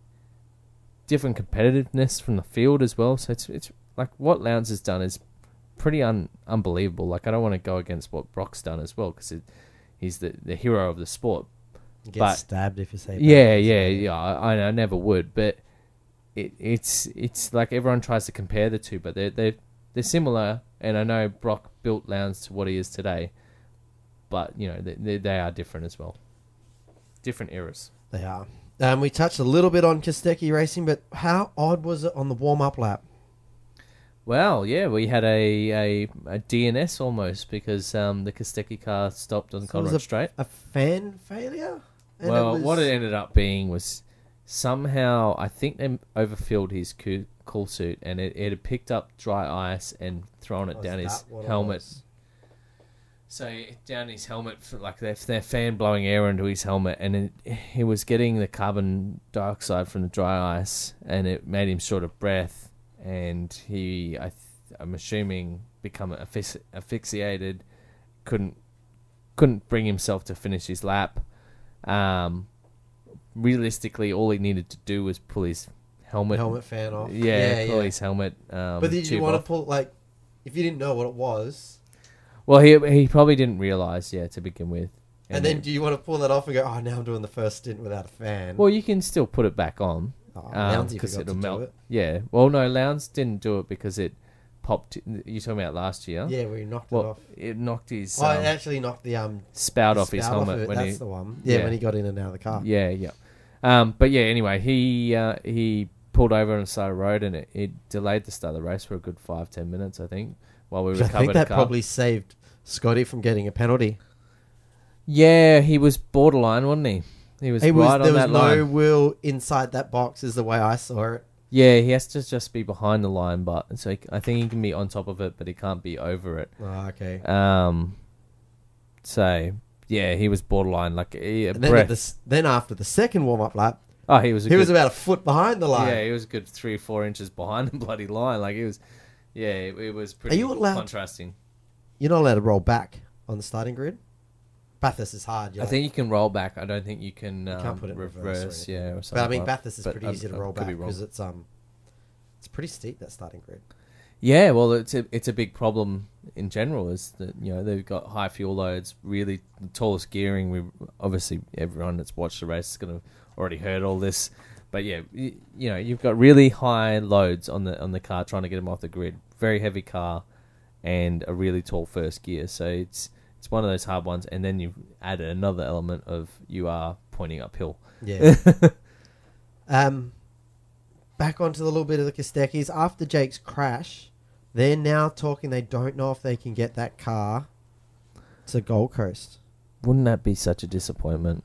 different competitiveness from the field as well. So it's it's like what Lowndes has done is pretty un unbelievable. Like I don't want to go against what Brock's done as well because he's the the hero of the sport,
Get
but-
stabbed if you say.
yeah, yeah, yeah. I, I never would, but it, it's it's like everyone tries to compare the two, but they're they're they're similar. And I know Brock built Lowndes to what he is today, but you know they they, they are different as well, different eras.
They are. Um, we touched a little bit on Kostecki racing, but how odd was it on the warm up lap?
Well, yeah, we had a, a, a DNS almost because um, the Kostecki car stopped on
So it was
Conrad Straight.
A fan failure? And
well, what
was-
it ended up being was somehow I think they overfilled his coo- cool suit, and it, it had picked up dry ice and thrown it
was
down his
that Oh, what it
helmet.
was?
So down his helmet, for like their, their fan blowing air into his helmet, and it, he was getting the carbon dioxide from the dry ice, and it made him short of breath, and he, I th- I'm assuming, become asphyxi- asphyxiated, couldn't couldn't bring himself to finish his lap. Um, realistically, all he needed to do was pull his helmet,
helmet fan off.
yeah, pull his helmet. Um,
But did you
tube
want to
off.
pull like if you didn't know what it was,
Well, he he probably didn't realize, yeah, to begin with.
and, then do you want to pull that off and go, oh, now I'm doing the first stint without a fan?
Well, you can still put it back on
oh,
um,
Lounsey
because
forgot
it'll
to do
melt.
it.
Yeah. Well, no, Lowndes didn't do it because it popped. You talking about last year?
Yeah, we knocked
Well,
it off.
it knocked his
oh,
um,
it actually knocked the um
spout
the
off his
spout
helmet
of it.
when
That's
he.
the one. Yeah,
yeah.
when he got in and out of the car.
Yeah, yeah. Um, but yeah, anyway, he uh, he pulled over on the side of the road and it, it delayed the start of the race for a good five ten minutes, I think, while we
Which <laughs> I
recovered.
think
the
that
car.
probably saved Scotty from getting a penalty.
Yeah, he was borderline, wasn't he? He was
He was,
right
there
on
was
that
no
line.
will inside that box, is the way I saw it.
Yeah, he has to just be behind the line, but so he, I think he can be on top of it, but he can't be over it.
Oh, okay.
Um, so yeah, he was borderline. Like he,
And then, at
Uh, breath.
the, s- then after the second warm up lap,
oh, he was. A
he
good,
was about a foot behind the line.
Yeah, he was a good three or four inches behind the <laughs> bloody line. Like he was. Yeah, it, it was pretty.
you allowed-
contrasting?
You're not allowed to roll back on the starting grid. Bathurst is hard. You're
I
like-
think you can roll back. I don't think you can. Um,
can't put it in reverse or
reverse.
anything.
yeah, or something.
but I mean,
like that.
Bathurst is
but
pretty
I-
easy to
I
roll
could
back
be wrong.
because it's um, it's pretty steep that starting grid.
Yeah, well, it's a it's a big problem in general. Is that you know they've got high fuel loads, really the tallest gearing. We obviously everyone that's watched the race is going to already heard all this, but yeah, you, you know you've got really high loads on the on the car trying to get them off the grid. Very heavy car, and a really tall first gear. So it's it's one of those hard ones. And then you've added another element of you are pointing uphill. <laughs>
Yeah. um, back onto the little bit of the Kostekis after Jake's crash, they're now talking. They don't know if they can get that car to Gold Coast,
Wouldn't that be such a disappointment?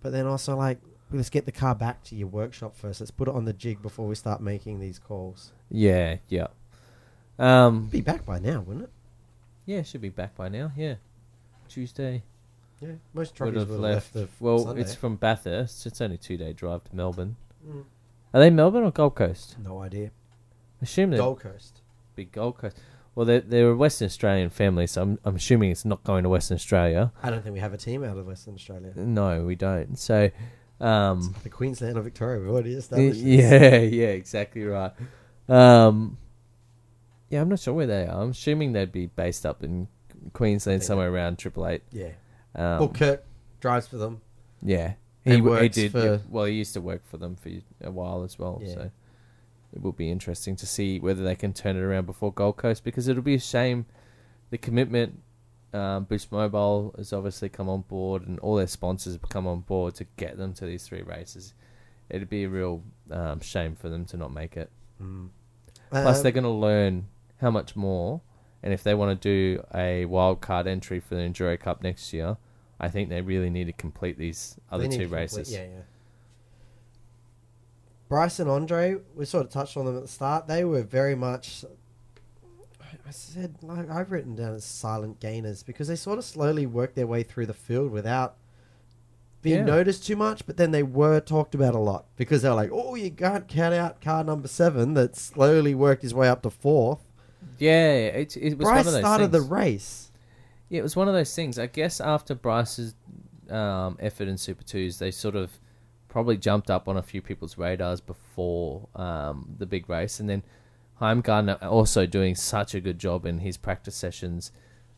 but then also like. Let's get the car back to your workshop first. Let's put it on the jig before we start making these calls.
Yeah, yeah. Um,
Be back by now, wouldn't it?
Yeah, should be back by now. Yeah, Tuesday.
Yeah, most
Would
truckers
have
would have left.
left.
the
well,
Sunday.
it's from Bathurst. It's only two day drive to Melbourne.
Mm.
Are they Melbourne or Gold Coast?
no idea.
Assume they're
Gold Coast.
big Gold Coast. Well, they're, they're a Western Australian family, so I'm, I'm assuming it's not going to Western Australia.
I don't think we have a team out of Western Australia.
No, we don't. So, um,
The Queensland or Victoria, we've already established. this.
<laughs> yeah, yeah, exactly right. Um, yeah, I'm not sure where they are. I'm assuming they'd be based up in Queensland,
Yeah.
somewhere around Triple Eight.
yeah.
Um,
well, Kirk drives for them.
Yeah,
He
he, w- he
works
did.
for-
yeah. Well, he used to work for them for a while as well.
Yeah.
So it will be interesting to see whether they can turn it around before Gold Coast because it'll be a shame. The commitment, um, Boost Mobile has obviously come on board, and all their sponsors have come on board to get them to these three races. It'd be a real um, shame for them to not make it.
Mm.
Plus,
Um,
they're going to learn how much more And if they want to do a wild card entry for the Enduro Cup next year, I think they really need to complete these other
They need
two
to complete-
races.
Yeah, yeah. Bryce and Andre, we sort of touched on them at the start. They were very much. I- I said like, I've written down as silent gainers because they sort of slowly worked their way through the field without being
Yeah.
noticed too much. But then they were talked about a lot because they were like, "Oh, you can't count out car number seven that slowly worked his way up to fourth.
Yeah, it, it was
Bryce
one of those
started the
things.
race.
Yeah, it was one of those things. I guess after Bryce's um, effort in Super Twos, they sort of probably jumped up on a few people's radars before um, the big race, and then Heimgartner also doing such a good job in his practice sessions.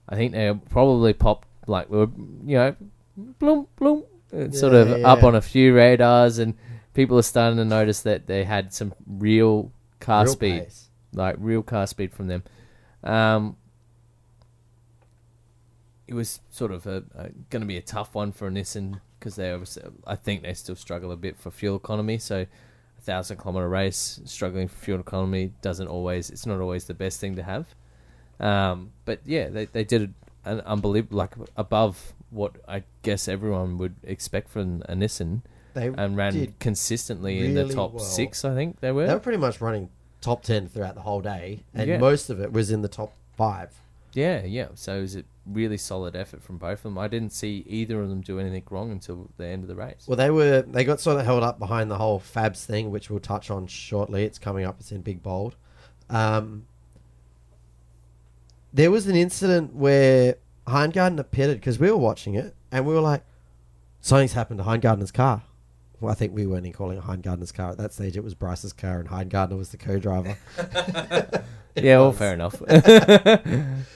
I think they probably popped like we were, you know, bloom bloom, uh, sort
Yeah,
of
yeah.
up on a few radars, and people are starting to notice that they had some real car
Real
speed
pace.
like real car speed from them. Um, it was sort of a, a going to be a tough one for Nissan because they obviously, I think they still struggle a bit for fuel economy. So a thousand kilometer race struggling for fuel economy doesn't always it's not always the best thing to have. Um, but yeah, they they did an unbelievable like above what I guess everyone would expect from a Nissan
They
and ran
did
consistently in the
really
top
well.
six. I think they
They were pretty much running top 10 throughout the whole day, and
Yeah.
most of it was in the top five.
Yeah, yeah. So it was a really solid effort from both of them. I didn't see either of them do anything wrong until the end of the race.
Well, they were they got sort of held up behind the whole Fabs thing, which we'll touch on shortly. It's coming up. It's in big bold. Um, there was an incident where Heingardner pitted because we were watching it and we were like, something's happened to Heingardner's car. Well, I think we weren't even calling it Heingardner's car at that stage. It was Bryce's car and Heingardner was the co-driver. It
yeah, well,
was. <laughs>
fair enough.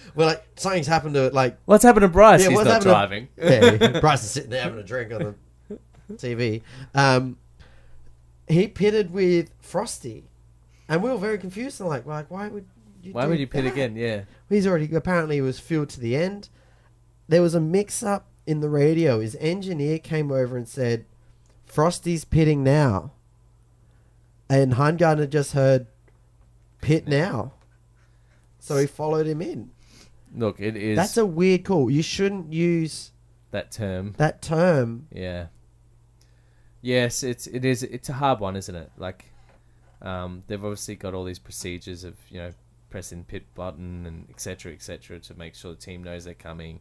<laughs>
We're like, something's happened to it. Like
what's happened to Bryce?
Yeah,
He's
what's
not
happened to- <laughs>
driving. <laughs>
yeah, Bryce is sitting there having a drink on the TV. Um, he pitted with Frosty, and we were very confused and like, like why would you?
Why
do
would you pit
that?
again? Yeah.
He's already apparently he was fueled to the end. There was a mix up in the radio. His engineer came over and said, "Frosty's pitting now," and Heingardner just heard, "Pit now," so he followed him in.
Look, it is
That's a weird call. You shouldn't use
that term.
that term
Yeah. Yes, it's it is it's a hard one, isn't it? Like, um, they've obviously got all these procedures of you know pressing pit button and etc. Cetera, etc. to make sure the team knows they're coming,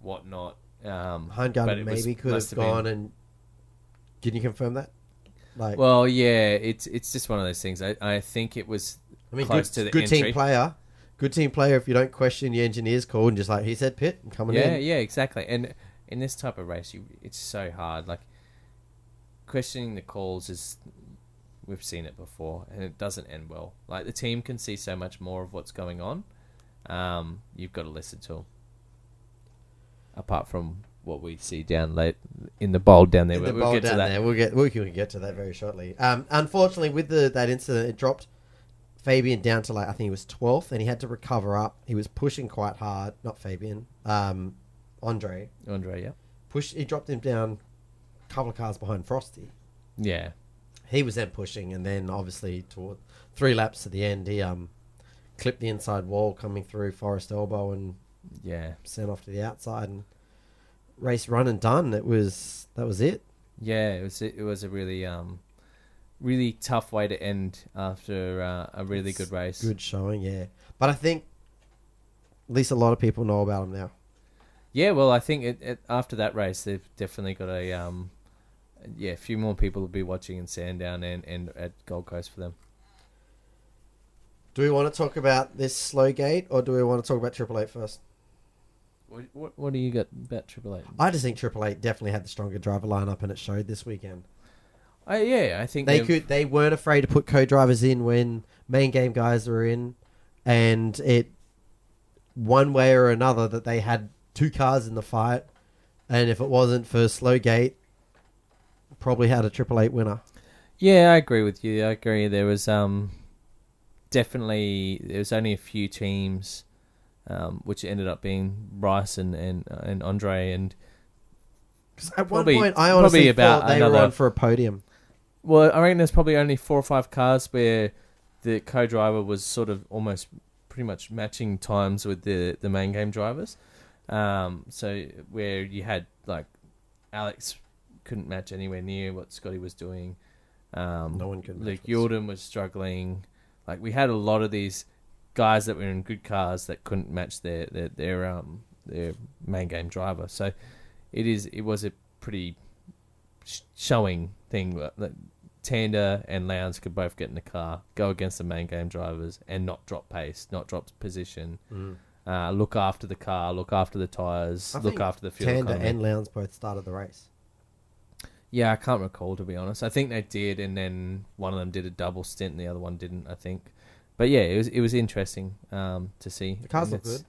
whatnot. Um, but
Heimgarden
it was-
maybe could
must
have
been-
gone and. Can you confirm that? Like,
Well, yeah, it's it's just one of those things. I, I think it was
I mean, good,
close to the
good
entry.
team player. Good team player. If you don't question your engineer's call and just like he said, pit and coming
yeah,
in.
yeah, exactly. And in this type of race, you it's so hard. Like questioning the calls is we've seen it before, and it doesn't end well. Like the team can see so much more of what's going on. Um, you've got to listen to 'em. Apart from what we see down late in the bowl down there,
In
but
the
we'll
bowl
get to
down
that.
there. We'll get we can get to that very shortly. Um, unfortunately, with the that incident, it dropped Fabian down to like I think he was twelfth, and he had to recover up. He was pushing quite hard. Not Fabian. Um, Andre
Andre, yeah,
pushed. He dropped him down a couple of cars behind Frosty.
yeah,
he was then pushing, and then obviously toward three laps to the end, he um clipped the inside wall coming through Forest Elbow and
yeah.
sent off to the outside and race run and done. It was that was it.
Yeah, it was it was a really um, really tough way to end after uh, a really
It's
good race.
Good showing, yeah. But I think at least a lot of people know about him now.
Yeah, well, I think it, it, after that race, they've definitely got a um, yeah, a few more people will be watching in Sandown and and at Gold Coast for them.
Do we want to talk about this slow gate or do we want to talk about Triple Eight first?
What what, what do you got about Triple Eight?
I just think Triple Eight definitely had the stronger driver lineup, and it showed this weekend.
Oh yeah, I think
they
they've-
could they weren't afraid to put co-drivers in when main game guys were in and it one way or another that they had two cars in the fight and if it wasn't for slowgate probably had a triple eight winner
Yeah, I agree with you. I agree. There was um, definitely there was only a few teams, um, which ended up being Rice and and, and Andre and
'Cause at
Probably-
one point i
probably
honestly
about
thought they were
another-
on for a podium
Well, I reckon there's probably only four or five cars where the co-driver was sort of almost pr- pretty much matching times with the the main game drivers. Um, so where you had like Alex couldn't match anywhere near what Scotty was doing. Um,
No one could match
Luke
what's-
Yordam was struggling. Like we had a lot of these guys that were in good cars that couldn't match their their their um their main game driver. So it is it was a pretty sh- showing thing that- that Tanda and Lowndes could both get in the car, go against the main game drivers, and not drop pace, not drop position.
Mm.
Uh, look after the car, look after the tires,
I
look
think
after the fuel
Tanda
economy.
and Lowndes both started the race.
Yeah, I can't recall to be honest. I think they did, and then one of them did a double stint, and the other one didn't. I think, but yeah, it was it was interesting um, to see.
The cars
And
look
it's-
good.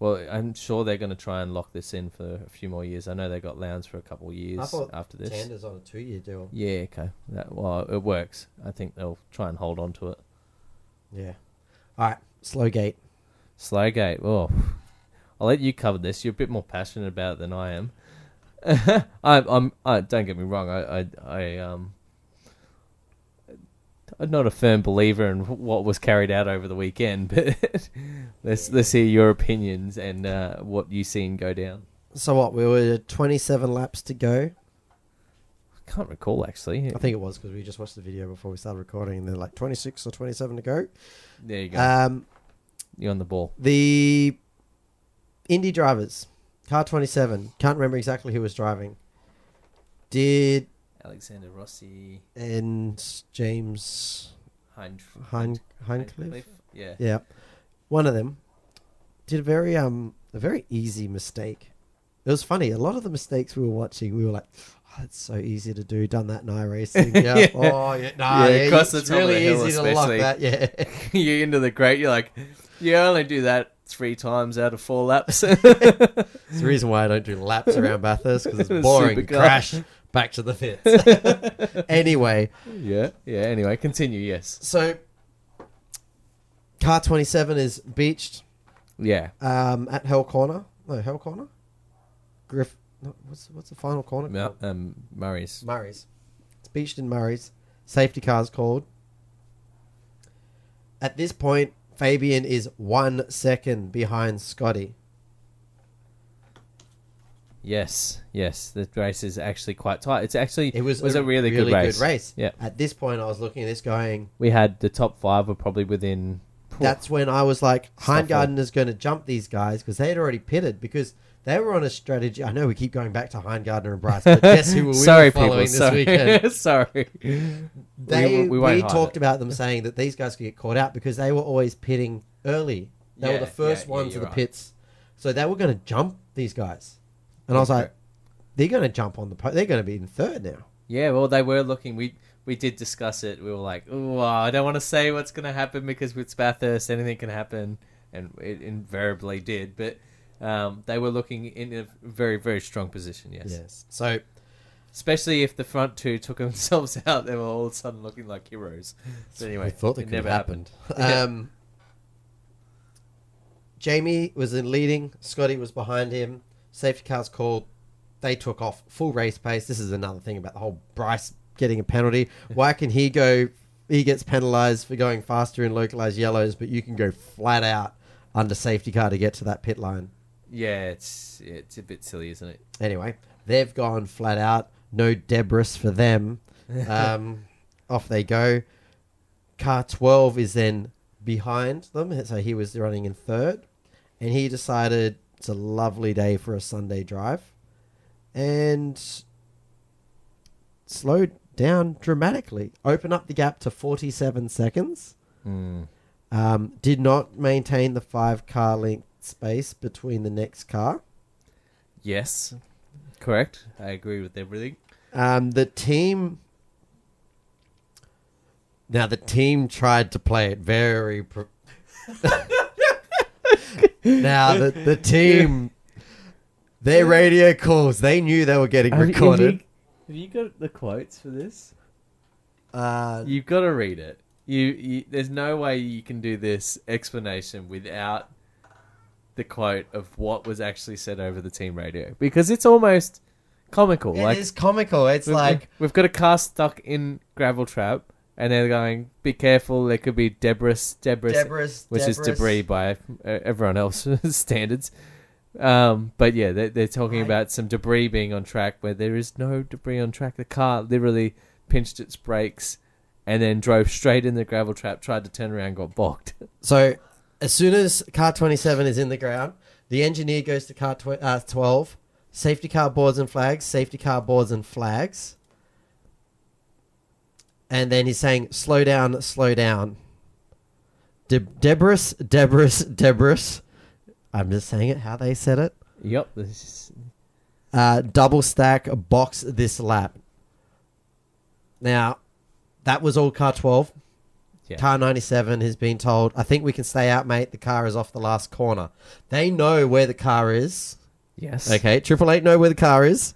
Well, I'm sure they're going to try and lock this in for a few more years. I know they got Lowndes for a couple of
I
years
thought
after this.
Tanda's on a two-year deal.
Yeah, okay. That, well, it works. I think they'll try and hold on to it.
Yeah. All right, slow gate.
Slowgate. Oh, I'll let you cover this. You're a bit more passionate about it than I am. <laughs> I, I'm. I don't get me wrong. I, I, I, um, I'm not a firm believer in what was carried out over the weekend. <laughs> But let's let's hear your opinions and uh, what you seen go down.
So what? We were 27 laps to go.
I can't recall actually.
I think it was because we just watched the video before we started recording, and they're like 26 or 27 to go.
There you go.
Um,
You're on the ball.
the Indy drivers, car 27, can't remember exactly who was driving. Did
Alexander Rossi,
and James
Hind,
Hin- Hincliffe?
Yeah.
Yeah, one of them did a very um a very easy mistake. It was funny. A lot of the mistakes we were watching, we were like, oh, "That's so easy to do." Done that in
<laughs>
iRacing. Yeah.
Yeah.
Oh yeah. Nah, yeah.
Yeah, across the
it's
top of the
really
hill
easy to lock
especially.
that. Yeah.
<laughs> you're into the crate. You're like, you only do that three times out of four laps. <laughs>
It's the reason why I don't do laps around Bathurst because
Super
it's boring. You
car.
Crash back to the pits.
<laughs>
anyway,
yeah, yeah. Anyway, continue. Yes,
so car twenty seven is beached
yeah.
um, at Hell Corner. No, Hell Corner. Griff. No, what's what's the final corner?
Mu-
called?
Um, Murray's.
Murray's. It's beached in Murray's. Safety car's called. At this point, Fabian is one second behind Scotty.
Yes, yes. The race is actually quite tight. It's actually
It was,
a, really, good race. Yeah,
At this point, I was looking at this going,
we had the top five were probably within. <laughs>
that's when I was like,
Stuff
Heingarten is going to jump these guys because they had already pitted because they were on a strategy. I know we keep going back to Heingarten and Bryce, but guess who we
sorry,
were following
people.
this weekend?
Sorry, sorry.
They, we,
<laughs> we won't hide
talked
it.
about them saying that these guys could get caught out because they were always pitting early. They
Yeah,
were the first
yeah, yeah,
ones
you're
in the
right.
pits, so they were going to jump these guys. And I was like, they're going to jump on the. Po- they're going to be in third now.
Yeah, well, they were looking. We we did discuss it. We were like, "Oh, I don't want to say what's going to happen because with Bathurst, anything can happen," and it invariably did. But um, they were looking in a very very strong position. Yes,
Yes. So
especially if the front two <laughs> took themselves out, they were all of a sudden looking like heroes. But anyway,
we thought it,
it
could have
never
happened.
Yeah.
Um, Jamie was in leading. Scotty was behind him. Safety car's called. They took off full race pace. This is another thing about the whole Bryce getting a
<laughs>
penalty. Why can he go? He gets penalised for going faster in localised yellows, but you can go flat out under safety car to get to that pit line.
yeah, it's it's a bit silly, isn't it?
Anyway, they've gone flat out. No debris for them. Um, off they go. Car 12 is then behind them. So he was running in third. And he decided it's a lovely day for a Sunday drive. And slowed down dramatically. Open up the gap to 47 seconds.
Mm.
Um, did not maintain the five car length space between the next car.
Yes, correct. I agree with everything.
Um, the team. Now the team tried to play it very. Pro- <laughs> now the the team, their radio calls. They knew they were getting recorded.
Have you got the quotes for this?
Uh,
You've got to read it. You, you, there's no way you can do this explanation without the quote of what was actually said over the team radio because it's almost comical. like
it is comical. It's
we've,
like
we've got a car stuck in gravel trap and they're going, "Be careful! There could be debris, debris,
Deborah's,
which is
Deborah's-
debris by uh, everyone else's <laughs> standards." Um, but yeah, they're, they're talking
Right.
about some debris being on track where there is no debris on track. The car literally pinched its brakes and then drove straight in the gravel trap. Tried to turn around, got bogged. <laughs>
So as soon as car 27 is in the ground, the engineer goes to car tw- uh, 12. Safety car boards and flags. Safety car boards and flags. And then he's saying, slow down, slow down. De- debris, debris, debris. I'm just saying it how they said it.
Yep, this is-
Uh, double stack, box this lap. Now, that was all car 12.
yeah.
Car 97 has been told, I think we can stay out, mate. The car is off the last corner. They know where the car is.
yes.
Okay, Triple Eight know where the car is.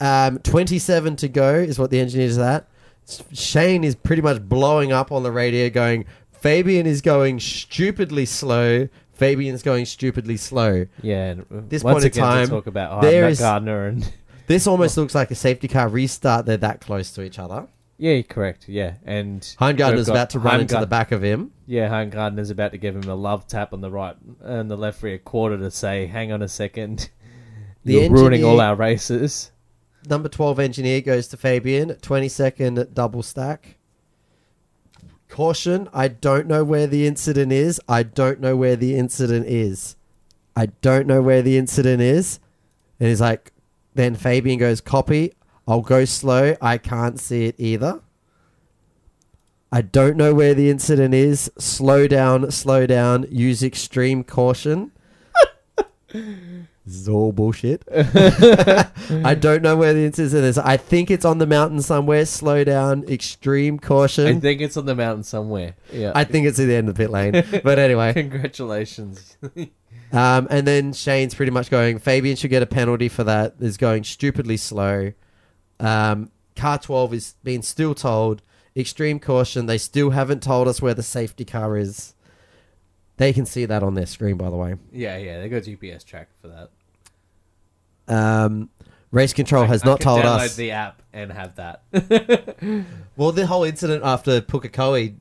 Um, 27 to go is what the engineer is at. S- Shane is pretty much blowing up on the radio going, Fabian is going stupidly slow. Fabian's going stupidly slow.
Yeah. And
This
this once
point in
again,
time,
to talk about oh,
there
I'm not
is-
Gardner and <laughs>
This almost looks like a safety car restart. They're that close to each other.
yeah, correct. Yeah, and
Heimgartner's
we've got
about to run into
Heimgar-
the back of him.
Yeah, Home Gardener's about to give him a love tap on the right and the left rear quarter to say, "Hang on a second,
The
you're ruining
engineer-
all our races."
Number 12 engineer goes to Fabian. 22nd double stack. Caution, I don't know where the incident is. I don't know where the incident is. I don't know where the incident is. And he's like, then Fabian goes, copy. I'll go slow. I can't see it either. I don't know where the incident is. Slow down, slow down. Use extreme caution. this is all bullshit. <laughs> I don't know where the incident is. I think it's on the mountain somewhere. Slow down, extreme caution. I
I
think,
think it's on the mountain somewhere. Yeah,
it's at the end of the pit
<laughs>
lane. But anyway,
congratulations. <laughs>
um, and then Shane's pretty much going. Fabian should get a penalty for that. Is going stupidly slow. Um, car twelve is being still told extreme caution. They still haven't told us where the safety car is. They can see that on their screen, by the way.
yeah, yeah, they got GPS track for that.
Um, race control has
I
not
can
told
download
us.
the app and have that. <laughs>
Well, the whole incident after Pukekohe,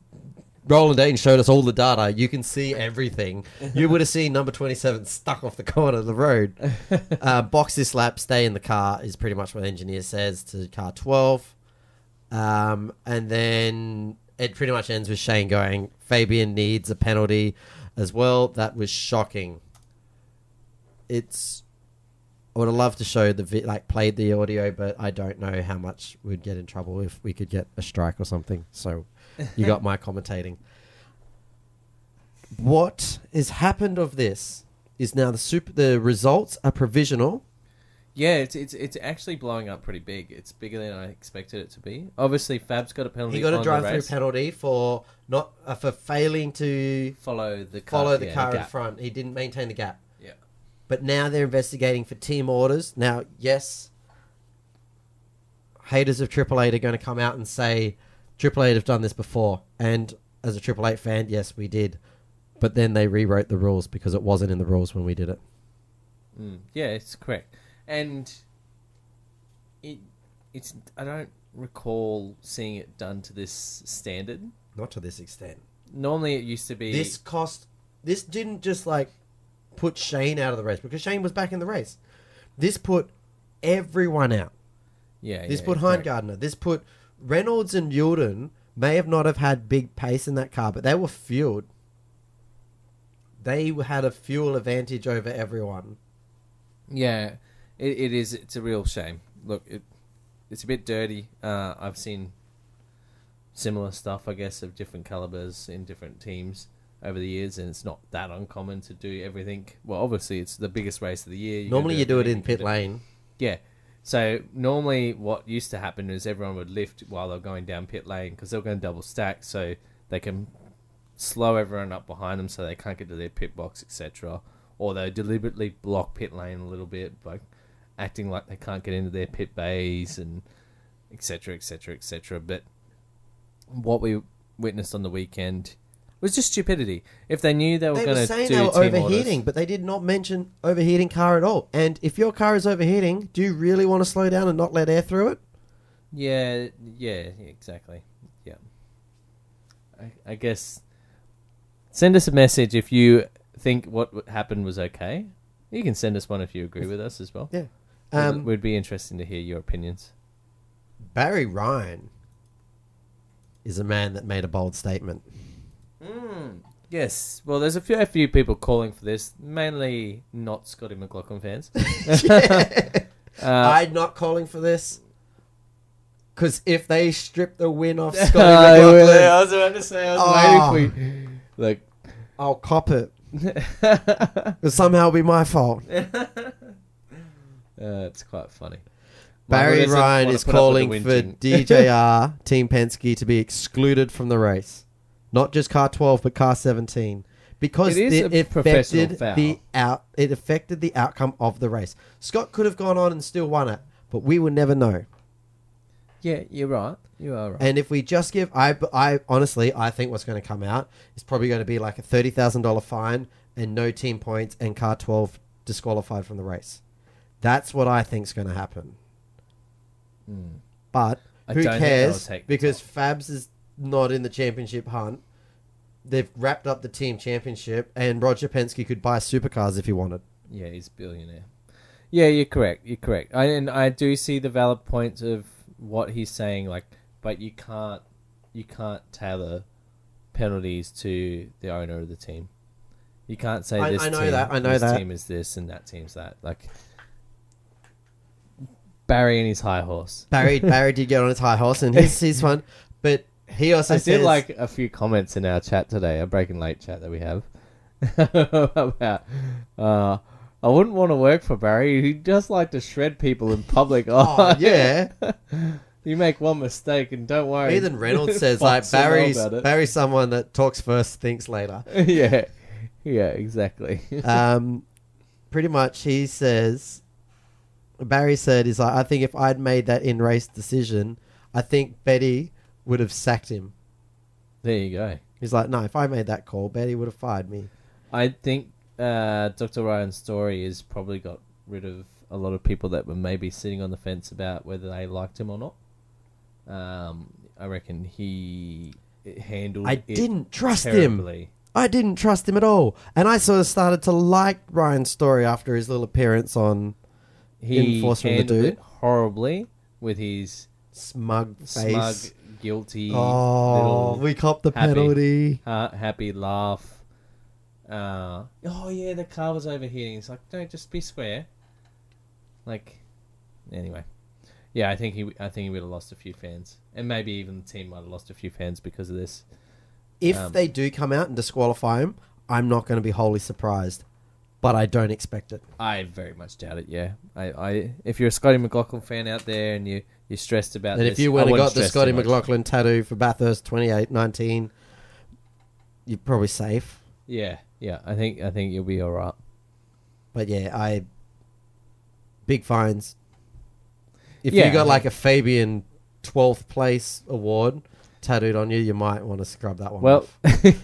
Roland Dayton showed us all the data. You can see everything. You would have seen number 27 stuck off the <laughs> corner of the road. Uh, box this lap, stay in the car, is pretty much what the engineer says to car 12. Um, and then it pretty much ends with Shane going, Fabian needs a penalty as well. That was shocking. It's. I would have loved to show the vi- like played the audio, but I don't know how much we'd get in trouble if we could get a strike or something. So, you got my commentating. What has happened of this is now the super. The results are provisional.
yeah, it's it's it's actually blowing up pretty big. It's bigger than I expected it to be. Obviously, Fab's got a penalty.
He got a
on the
drive-through
race.
penalty for not uh, for failing to
Follow the car,
follow the
yeah,
car in
gap.
front. He didn't maintain the gap.
Yeah.
But now they're investigating for team orders. Now, yes, haters of Triple Eight are going to come out and say Triple Eight have done this before. And as a Triple Eight fan, yes, we did. But then they rewrote the rules because it wasn't in the rules when we did it.
Mm, yeah, it's correct. And it it's I don't recall seeing it done to this standard.
Not to this extent.
Normally it used to be
This cost. This didn't just like put Shane out of the race because Shane was back in the race. This put everyone out.
yeah,
This
yeah,
put
correct.
Heimgardner. This put Reynolds and Yulden may have not have had big pace in that car, but they were fueled. They had a fuel advantage over everyone.
Yeah. It, it is it's a real shame. Look, it it's a bit dirty. Uh, I've seen similar stuff, I guess, of different calibers in different teams over the years, and it's not that uncommon to do everything. Well, obviously, it's the biggest race of the year. You're gonna
Normally, you do it in
everything you
pit
can do.
lane.
Yeah. So normally, what used to happen is everyone would lift while they're going down pit lane because they're going to double stack, so they can slow everyone up behind them, so they can't get to their pit box, etc. Or they deliberately block pit lane a little bit by acting like they can't get into their pit bays and etc. etc. etc. But what we witnessed on the weekend was just stupidity. If they knew they were
They
going
were
to
saying
do
they were
team
overheating,
orders,
but they did not mention overheating car at all. And if your car is overheating, do you really want to slow down and not let air through it?
Yeah, yeah, exactly. Yeah. I, I guess send us a message if you think what w- happened was okay. You can send us one if you agree with us as well.
Yeah.
Um,
Um,
it would be interesting to hear your opinions.
Barry Ryan is a man that made a bold
<laughs>
statement. <laughs>
Hmm. Yes. Well, there's a few, a few people calling for this, mainly not Scotty McLaughlin <laughs> fans. Uh, <laughs>
I'm not calling for this. Because if they strip the win
<laughs>
off Scotty
I
McLaughlin,
was about to say, I was
Oh.
waiting for you. Like,
I'll cop it. It'll somehow be my fault.
Uh, it's quite funny. Michael
Barry
doesn't
Ryan
wanna
is
put up with
calling
the
for
whinging. <laughs>
DJR Team Penske to be excluded from the race. Not just car 12, but car 17. Because
It
it,
is a professional
affected
foul.
the out it affected the outcome of the race. Scott could have gone on and still won it, but we will never know.
Yeah, you're right. You are right.
And if we just give, I, I honestly, I think what's going to come out is probably going to be like a thirty thousand dollar fine and no team points and car twelve disqualified from the race. That's what I think's going to happen. But
Hmm. I
who
don't think they'll
cares?
take the
Because Fabs is not in the championship hunt. They've wrapped up the team championship, and Roger Penske could buy supercars if he wanted.
yeah, he's a billionaire. Yeah, you're correct. You're correct. I, and I do see the valid points of what he's saying. Like, but you can't, you can't tailor penalties to the owner of the team. You can't say
I-
this.
I know
team,
that, I know
this
that.
team is this and that team's that. Like Barry and his high horse. <laughs>
Barry Barry did get on his high horse, and he's he's one, but he also
I did
says
like a few comments in our chat today, a breaking late chat that we have <laughs> about. Uh, I wouldn't want to work for Barry. He does like to shred people in public. <laughs>
Oh yeah.
you make one mistake and don't worry.
Ethan
<laughs>
Reynolds says
Fucks
like
him all
Barry's
about it.
Barry's someone that talks first, thinks later.
<laughs> yeah, yeah, exactly.
Um, pretty much, he says Barry said is like I think if I'd made that in race decision, I think Betty would have sacked him.
<laughs> there you go.
He's like, no, if I made that call, Betty would have fired me.
I think uh, Dr. Ryan's story has probably got rid of a lot of people that were maybe sitting on the fence about whether they liked him or not. Um, I reckon he handled.
I
it
didn't trust him.
terribly.
I didn't trust him at all, and I sort of started to like Ryan's story after his little appearance on
He
Enforcer of the
handled
Dude.
it horribly with his
smug face.
smug, guilty,
oh,
little
we copped the
happy.
penalty.
ha- happy laugh. Uh, oh yeah, the car was overheating. It's like no, just be square. Like, anyway, yeah, I think he, I think he would have lost a few fans, and maybe even the team might have lost a few fans because of this.
If
Um,
they do come out and disqualify him, I'm not going to be wholly surprised, but I don't expect it.
I very much doubt it. Yeah, I, I if you're a Scotty McLaughlin fan out there and you you're stressed about
And
this,
if you
I
went and
wouldn't
got the
stress too
Scotty
much.
McLaughlin tattoo for Bathurst 2819, you're probably safe.
yeah, yeah, I think I think you'll be all right.
But yeah, I big fines. If
Yeah,
you got
I
like a Fabian 12th place award tattooed on you, you might want to scrub that one.
Well,
off.
<laughs>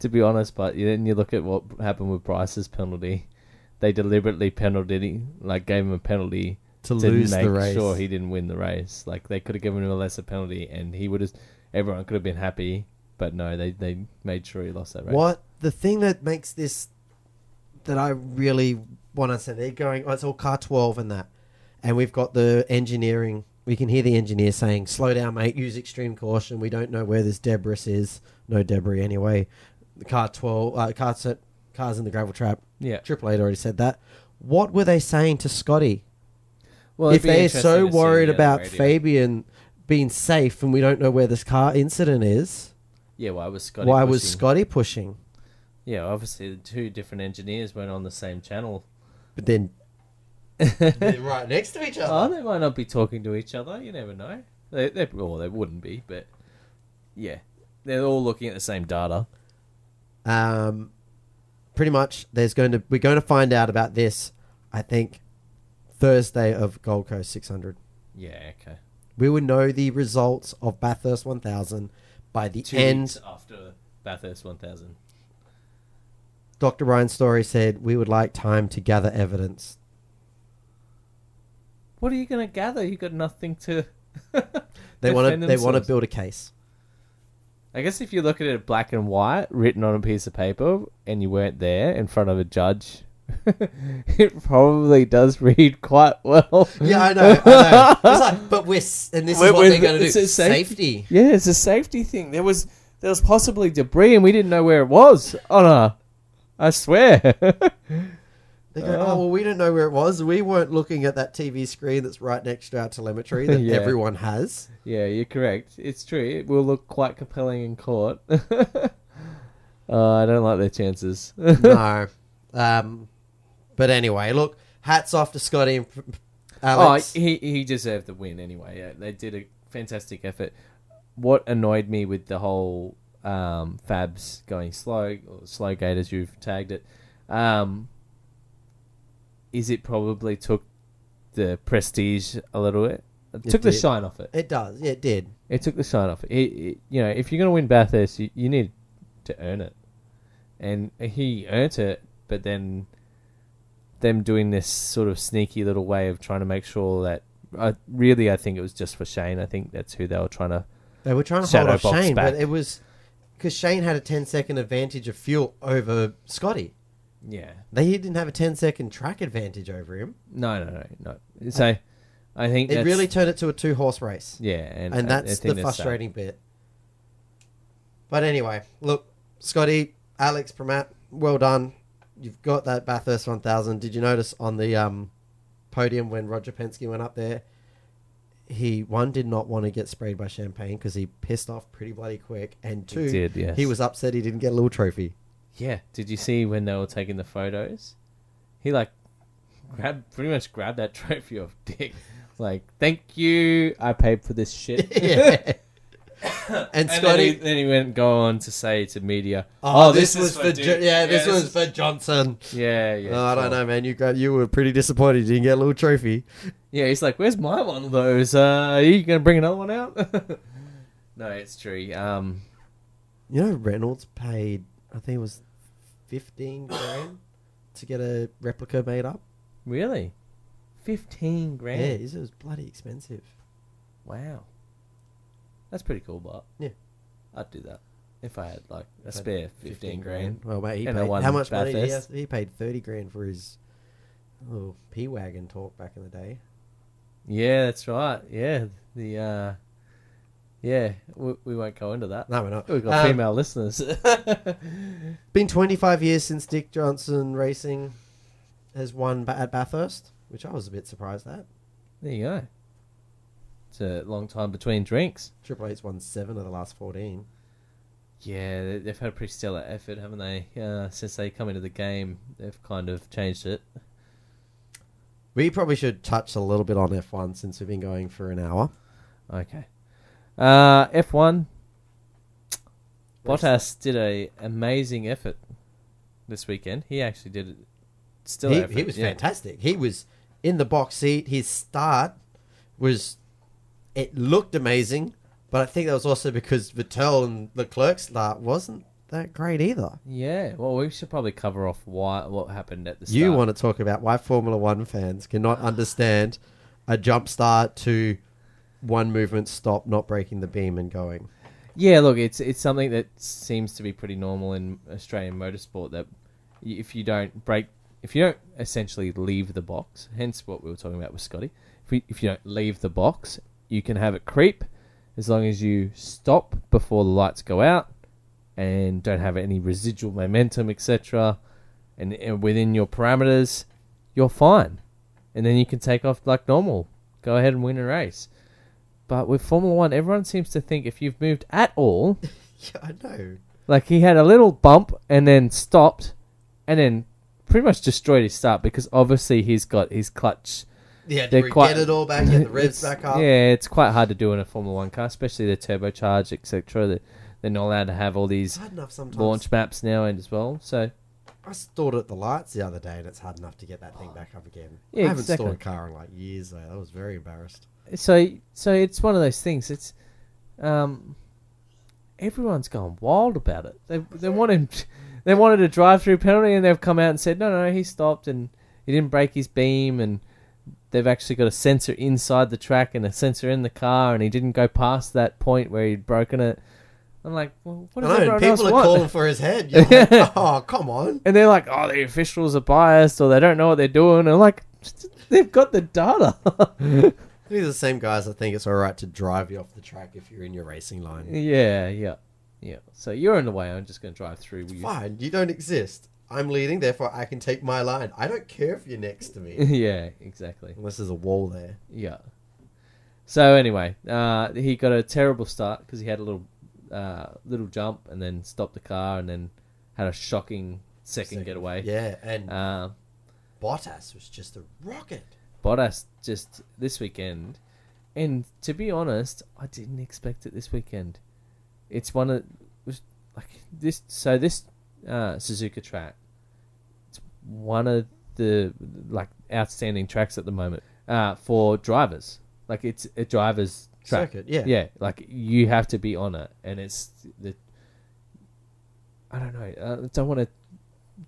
to be honest, but you- then you look at what happened with Bryce's penalty. They deliberately penalty, like gave him a penalty
to, lose
make
the race.
sure he didn't win the race. Like they could have given him a lesser penalty, and he would have. Everyone could have been happy, but no, they they made sure he lost that race.
What the thing that makes this that I really want to say they're going. Oh, it's all car twelve and that, and we've got the engineering. We can hear the engineer saying, "Slow down, mate. Use extreme caution. We don't know where this debris is. No debris anyway. The car twelve, uh, car set, cars in the gravel trap.
Yeah.
Triple Eight already said that. What were they saying to Scotty?
Well,
if
it'd be
they're
interesting
so
to see
worried
on the
about
radio.
Fabian being safe and we don't know where this car incident is,
yeah, why was Scotty?
why was
pushing-
Scotty pushing?
Yeah, obviously the two different engineers weren't on the same channel.
But then they're right next to each
Oh, they might not be talking to each other. You never know. They, they, well, they wouldn't be, but yeah, they're all looking at the same data.
Um, pretty much, there's going to we're going to find out about this. I think Thursday of Gold Coast 600.
Yeah, okay.
We will know the results of Bathurst 1000 by the
Two
end.
weeks after Bathurst 1000.
Dr. Ryan Story said we would like time to gather evidence.
what are you going to gather? You got nothing to.
They want
defend
to. They want to
themselves.
build a case.
I guess if you look at it black and white, written on a piece of paper, and you weren't there in front of a judge, <laughs> it probably does read quite well.
Yeah, I know. I <laughs> know. It's like, but we're s- and this
We're-
is what
we're-
they're going to do.
it's a safety-
Safety.
<laughs> Yeah, it's a safety thing. There was there was possibly debris, and we didn't know where it was. Oh no, I swear. <laughs>
They go,
Oh.
oh well, we didn't know where it was. We weren't looking at that TV screen that's right next to our telemetry that
<laughs> Yeah.
everyone
<laughs>
has.
yeah, you're correct. It's true. It will look quite compelling in court. <laughs> uh, I don't like their chances.
no. Um, but anyway, look, hats off to Scotty and Alex.
<laughs> Oh, he he deserved the win anyway. Yeah, they did a fantastic effort. What annoyed me with the whole um, Fabs going slow or slow gate as you've tagged it, um, is it probably took the prestige a little bit. It
It
took the
did.
shine off it.
it does. Yeah, it did.
It took the shine off it. It- it- you know, if you're going to win Bathurst, you, you need to earn it, and he earned it. But then, them doing this sort of sneaky little way of trying to make sure that, I really, I think it was just for Shane. I think that's who they were trying to.
They were trying to
Shadow
hold off
box
Shane,
back.
but it was because Shane had a 10 second advantage of fuel over Scotty.
Yeah.
They he didn't have a 10 second track advantage over him.
No, no, no, no. So, I think
It
that's-
really turned it to a two horse race.
Yeah, and,
And,
I- I
that's
think
the
that.
frustrating bit. But anyway, look, Scotty, Alex, Pramat, well done. You've got that Bathurst 1000. Did you notice on the um, podium when Roger Penske went up there? He, one, did not want to get sprayed by champagne because he pissed off pretty bloody quick. And two,
He did, yes.
he was upset he didn't get a little
<laughs>
trophy. <laughs>
Yeah. Did you see when they were taking the photos? He like grabbed pretty much grabbed that <laughs> trophy off Dick. Like, thank you. I paid for this shit.
<laughs> Yeah. and
<laughs> And then he,
Scotty,
then he went go on to say to media,
oh, this, was for,
Dick.
Jo- yeah, this, was
is-
for Johnson.
yeah, yeah.
oh, I
sure.
don't know, man. You got you were pretty disappointed you didn't get a little trophy.
Yeah, he's like, "Where's my one of those? Uh, are you gonna bring another one out?" <laughs> no, it's true. Um,
You know, Reynolds paid, I think it was 15 grand to get a replica made up.
really, fifteen grand.
Yeah, it was- it was bloody expensive.
Wow, that's pretty cool, but
Yeah.
I'd do that if I had like a
If I had
spare fifteen grand.
Well, mate, he
And I
paid,
won
how much money did he,
Bathurst.
have? he paid 30 grand for his little P Wagon talk back in the day.
Yeah, that's right. Yeah, the uh, yeah, we, we won't go into that.
No, we're not.
We've Oh, got
Um,
female listeners. <laughs>
Been 25 years since Dick Johnson Racing has won ba- at Bathurst, which I was a bit surprised at.
There you go. It's a long time between drinks.
Triple H's won seven of the last 14.
Yeah, they- they've had a pretty stellar effort, haven't they? Uh, since they come into the game, they've kind of changed it.
We probably should touch a little bit on F1 since we've been going for an hour.
Okay. Uh, F1.
Race.
Bottas did a amazing effort this weekend. He actually did it. Still,
he,
effort,
he was
yeah.
fantastic. He was in the box seat. His start was it looked amazing, but I think that was also because Vettel and Leclerc's start wasn't that great either.
Yeah. Well, we should probably cover off why what happened at the start.
You want to talk about why Formula One fans <sighs> cannot understand a jump start to one movement stop, not breaking the beam and going. <laughs>
Yeah, look, it's it's something that seems to be pretty normal in Australian motorsport that y- if you don't break, if you don't essentially leave the box, hence what we were talking about with Scotty, if, we, if you don't leave the box, you can have it creep as long as you stop before the lights go out and don't have any residual momentum, etc. And, and within your parameters, you're fine. And then you can take off like normal. Go ahead and win a race. But with Formula One, everyone seems to think if you've moved at all,
Yeah, I know.
like he had a little bump and then stopped and then pretty much destroyed his start because obviously he's got his clutch.
Yeah,
They're
to
quite-
get it all back, get
<laughs>
the <laughs> revs
It's-
back up.
Yeah, it's quite hard to do in a Formula One car, especially the turbocharged, etc. That They're not allowed to have all
It's
these
hard enough sometimes.
launch maps now and as well. So
I stored at the lights the other day, and it's hard enough to get that thing back up again.
Yeah,
I haven't
exactly.
stored a car in like years though. I was very embarrassed.
so so it's one of those things. It's um, everyone's gone wild about it. They they wanted <laughs> they wanted a drive through penalty, and they've come out and said no, no, he stopped and he didn't break his beam, and they've actually got a sensor inside the track and a sensor in the car, and he didn't go past that point where he'd broken it. I'm like, well, what
I
does
know,
everyone else
people are
want?
calling for his head. You're like,
<laughs>
oh, come on.
And they're like, oh, the officials are biased or they don't know what they're doing. And I'm like, <laughs> they've got the data. <laughs>
These are the same guys that think it's all right to drive you off the track if you're in your racing line.
yeah, yeah, yeah. So you're in the way. I'm just going to drive through. You.
Fine, you don't exist. I'm leading, therefore I can take my line. I don't care if you're next to me.
<laughs> yeah, exactly.
Unless there's a wall there.
Yeah. So anyway, uh, he got a terrible start because he had a little, uh, little jump and then stopped the car and then had a shocking second,
Second.
getaway.
Yeah, and
Uh,
Bottas was just a rocket.
Bottas just this weekend, and to be honest, I didn't expect it this weekend. It's one of was like this. So this uh, Suzuka track, it's one of the like outstanding tracks at the moment uh, for drivers. Like it's a driver's track.
Circuit, yeah.
yeah. Like you have to be on it, and it's the. I don't know. uh, I don't want to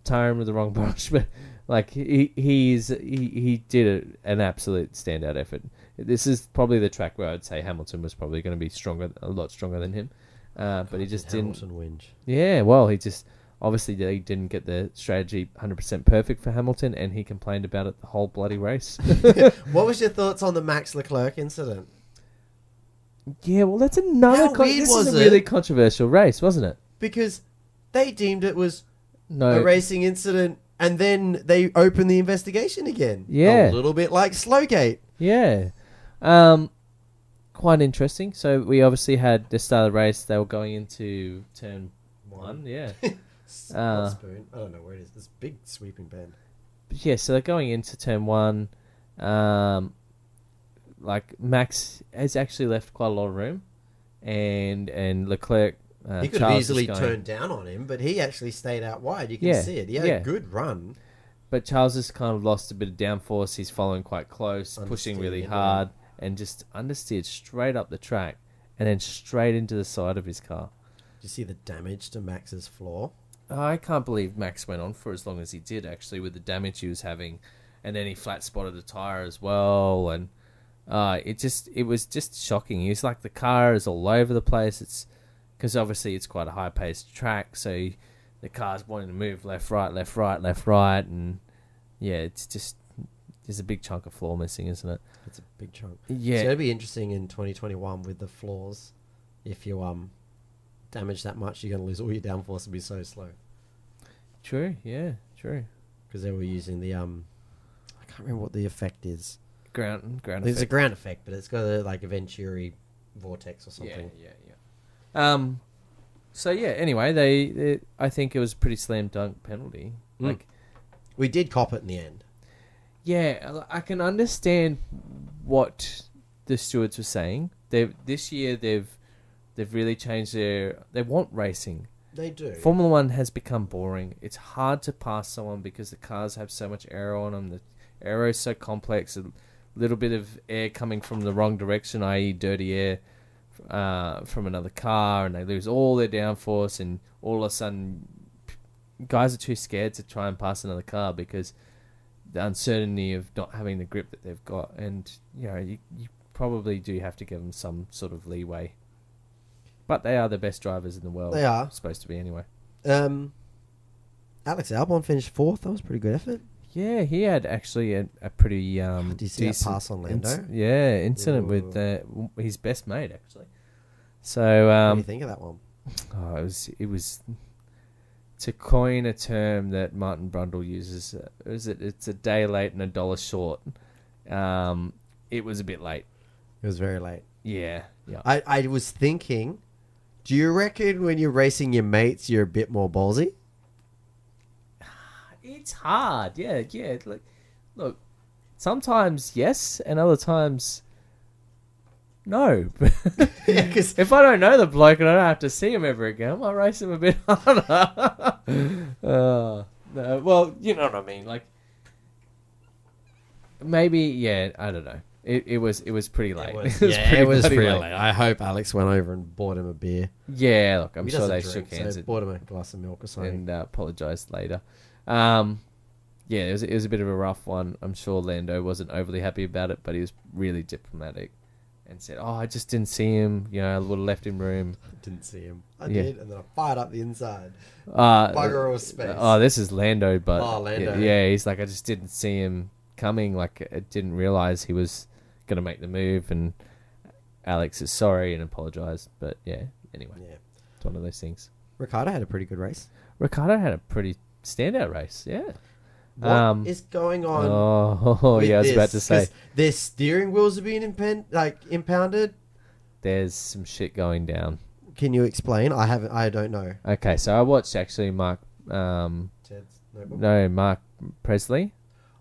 tire him with the wrong <laughs> brush, but like he he's he, he did a, an absolute standout effort. This is probably the track where I'd say Hamilton was probably going to be stronger, a lot stronger than him. Uh, but he just didn't.
Hamilton whinge.
Yeah, well, he just obviously they didn't get the strategy 100% perfect for Hamilton, and he complained about it the whole bloody race.
<laughs> What was your thoughts on the Max Leclerc incident?
<laughs> yeah, well, that's another.
How
Con-
weird
this
was
is a
it?
really controversial race, wasn't it?
Because they deemed it was
No,
a racing incident, and then they opened the investigation again.
Yeah.
a little bit like Slowgate.
Yeah. Um, quite interesting. So we obviously had the start of the race. They were going into turn one.
<laughs>
Yeah.
S-
Uh.
not spoon. I don't know where it is. This big sweeping bend.
But yeah, so they're going into turn one. Um, like Max has actually left quite a lot of room, and and Leclerc. Uh,
he could
Charles
have
is
easily
going-
turned down on him, but he actually stayed out wide. You can
Yeah,
see it. He had
yeah.
a good run.
But Charles has kind of lost a bit of downforce. He's following quite close, pushing
Understeered,
really
yeah.
hard, and just understeered straight up the track, and then straight into the side of his car.
Did you see the damage to Max's floor?
I can't believe Max went on for as long as he did, actually, with the damage he was having, and then he flat spotted a tire as well, and uh, it just it was just shocking. It's like the car is all over the place. It's because obviously it's quite a high paced track, so the car's wanting to move left, right, left, right, left, right, and yeah, it's just there's a big chunk of floor missing, isn't it?
That's a big chunk.
Yeah,
It's going to be interesting in 2021 with the floors. If you um damage that much, you're going to lose all your downforce and be so slow.
true. Yeah, true.
Because they were using the um, I can't remember what the effect is.
Ground, ground.
It's a
effect.
ground effect, but it's got a like a Venturi vortex or something.
Yeah, yeah, yeah. Um, so yeah. Anyway, they, they I think it was a pretty slam dunk penalty.
Mm.
Like,
We did cop it in the end.
yeah, I I can understand what the stewards were saying. They this year they've they've really changed their they want racing.
They do.
Formula One has become boring. It's hard to pass someone because the cars have so much aero on them. The aero is so complex. A little bit of air coming from the wrong direction, i.e., dirty air uh, from another car, and they lose all their downforce. And all of a sudden, p- guys are too scared to try and pass another car because the uncertainty of not having the grip that they've got. And you know, you, you probably do have to give them some sort of leeway. But they are the best drivers in the world.
They are.
supposed to be anyway.
Um, Alex Albon finished fourth. That was a pretty good effort.
Yeah, he had actually a, a pretty um,
Did you see that pass on Lando?
inc- yeah, incident with uh, w- his best mate actually. So
what do
um,
you think of that one?
oh, it was it was to coin a term that Martin Brundle uses. uh, Is it? It's a day late and a dollar short. Um, it was a bit late.
It was very late.
Yeah, yeah.
I, I was thinking, do you reckon when you're racing your mates, you're a bit more ballsy?
It's hard. Yeah, yeah. Look, look. Sometimes yes, and other times no.
<laughs>
<laughs>
yeah, because <laughs>
If I don't know the bloke and I don't have to see him ever again, I might race him a bit <laughs> harder. uh, no, well, you know what I mean. Like maybe, yeah, I don't know. It, it was <laughs> it was pretty late.
it was, yeah,
pretty
it was
bloody
pretty late. I hope Alex went over and bought him a beer.
Yeah, look, I'm
He
sure
doesn't
they
drink,
shook hands
So
at-
bought him a glass of milk or something.
and uh, apologized later. Um, yeah, it was it was a bit of a rough one. I'm sure Lando wasn't overly happy about it, but he was really diplomatic and said, "Oh, I just didn't see him. You know, I would have left him room."
Didn't see him. I
Yeah.
did, and then I fired up the inside.
Uh,
Bugger all space.
Oh, this is Lando, but
Oh, Lando.
Yeah, yeah, he's like, I just didn't see him coming. Like, I didn't realize he was gonna make the move, and Alex is sorry and apologized. But yeah, anyway,
Yeah.
it's one of those things.
Ricardo had a pretty good race.
Ricardo had a pretty standout race. Yeah.
What is
Um,
going on?
Oh, <laughs>
with
yeah, I was about
this?
to say
'Cause their steering wheels are being impen- like impounded.
there's some shit going down.
Can you explain? I haven't. I don't know.
Okay, so I watched actually Mark, um,
Ted's notebook.
no Mark Presley.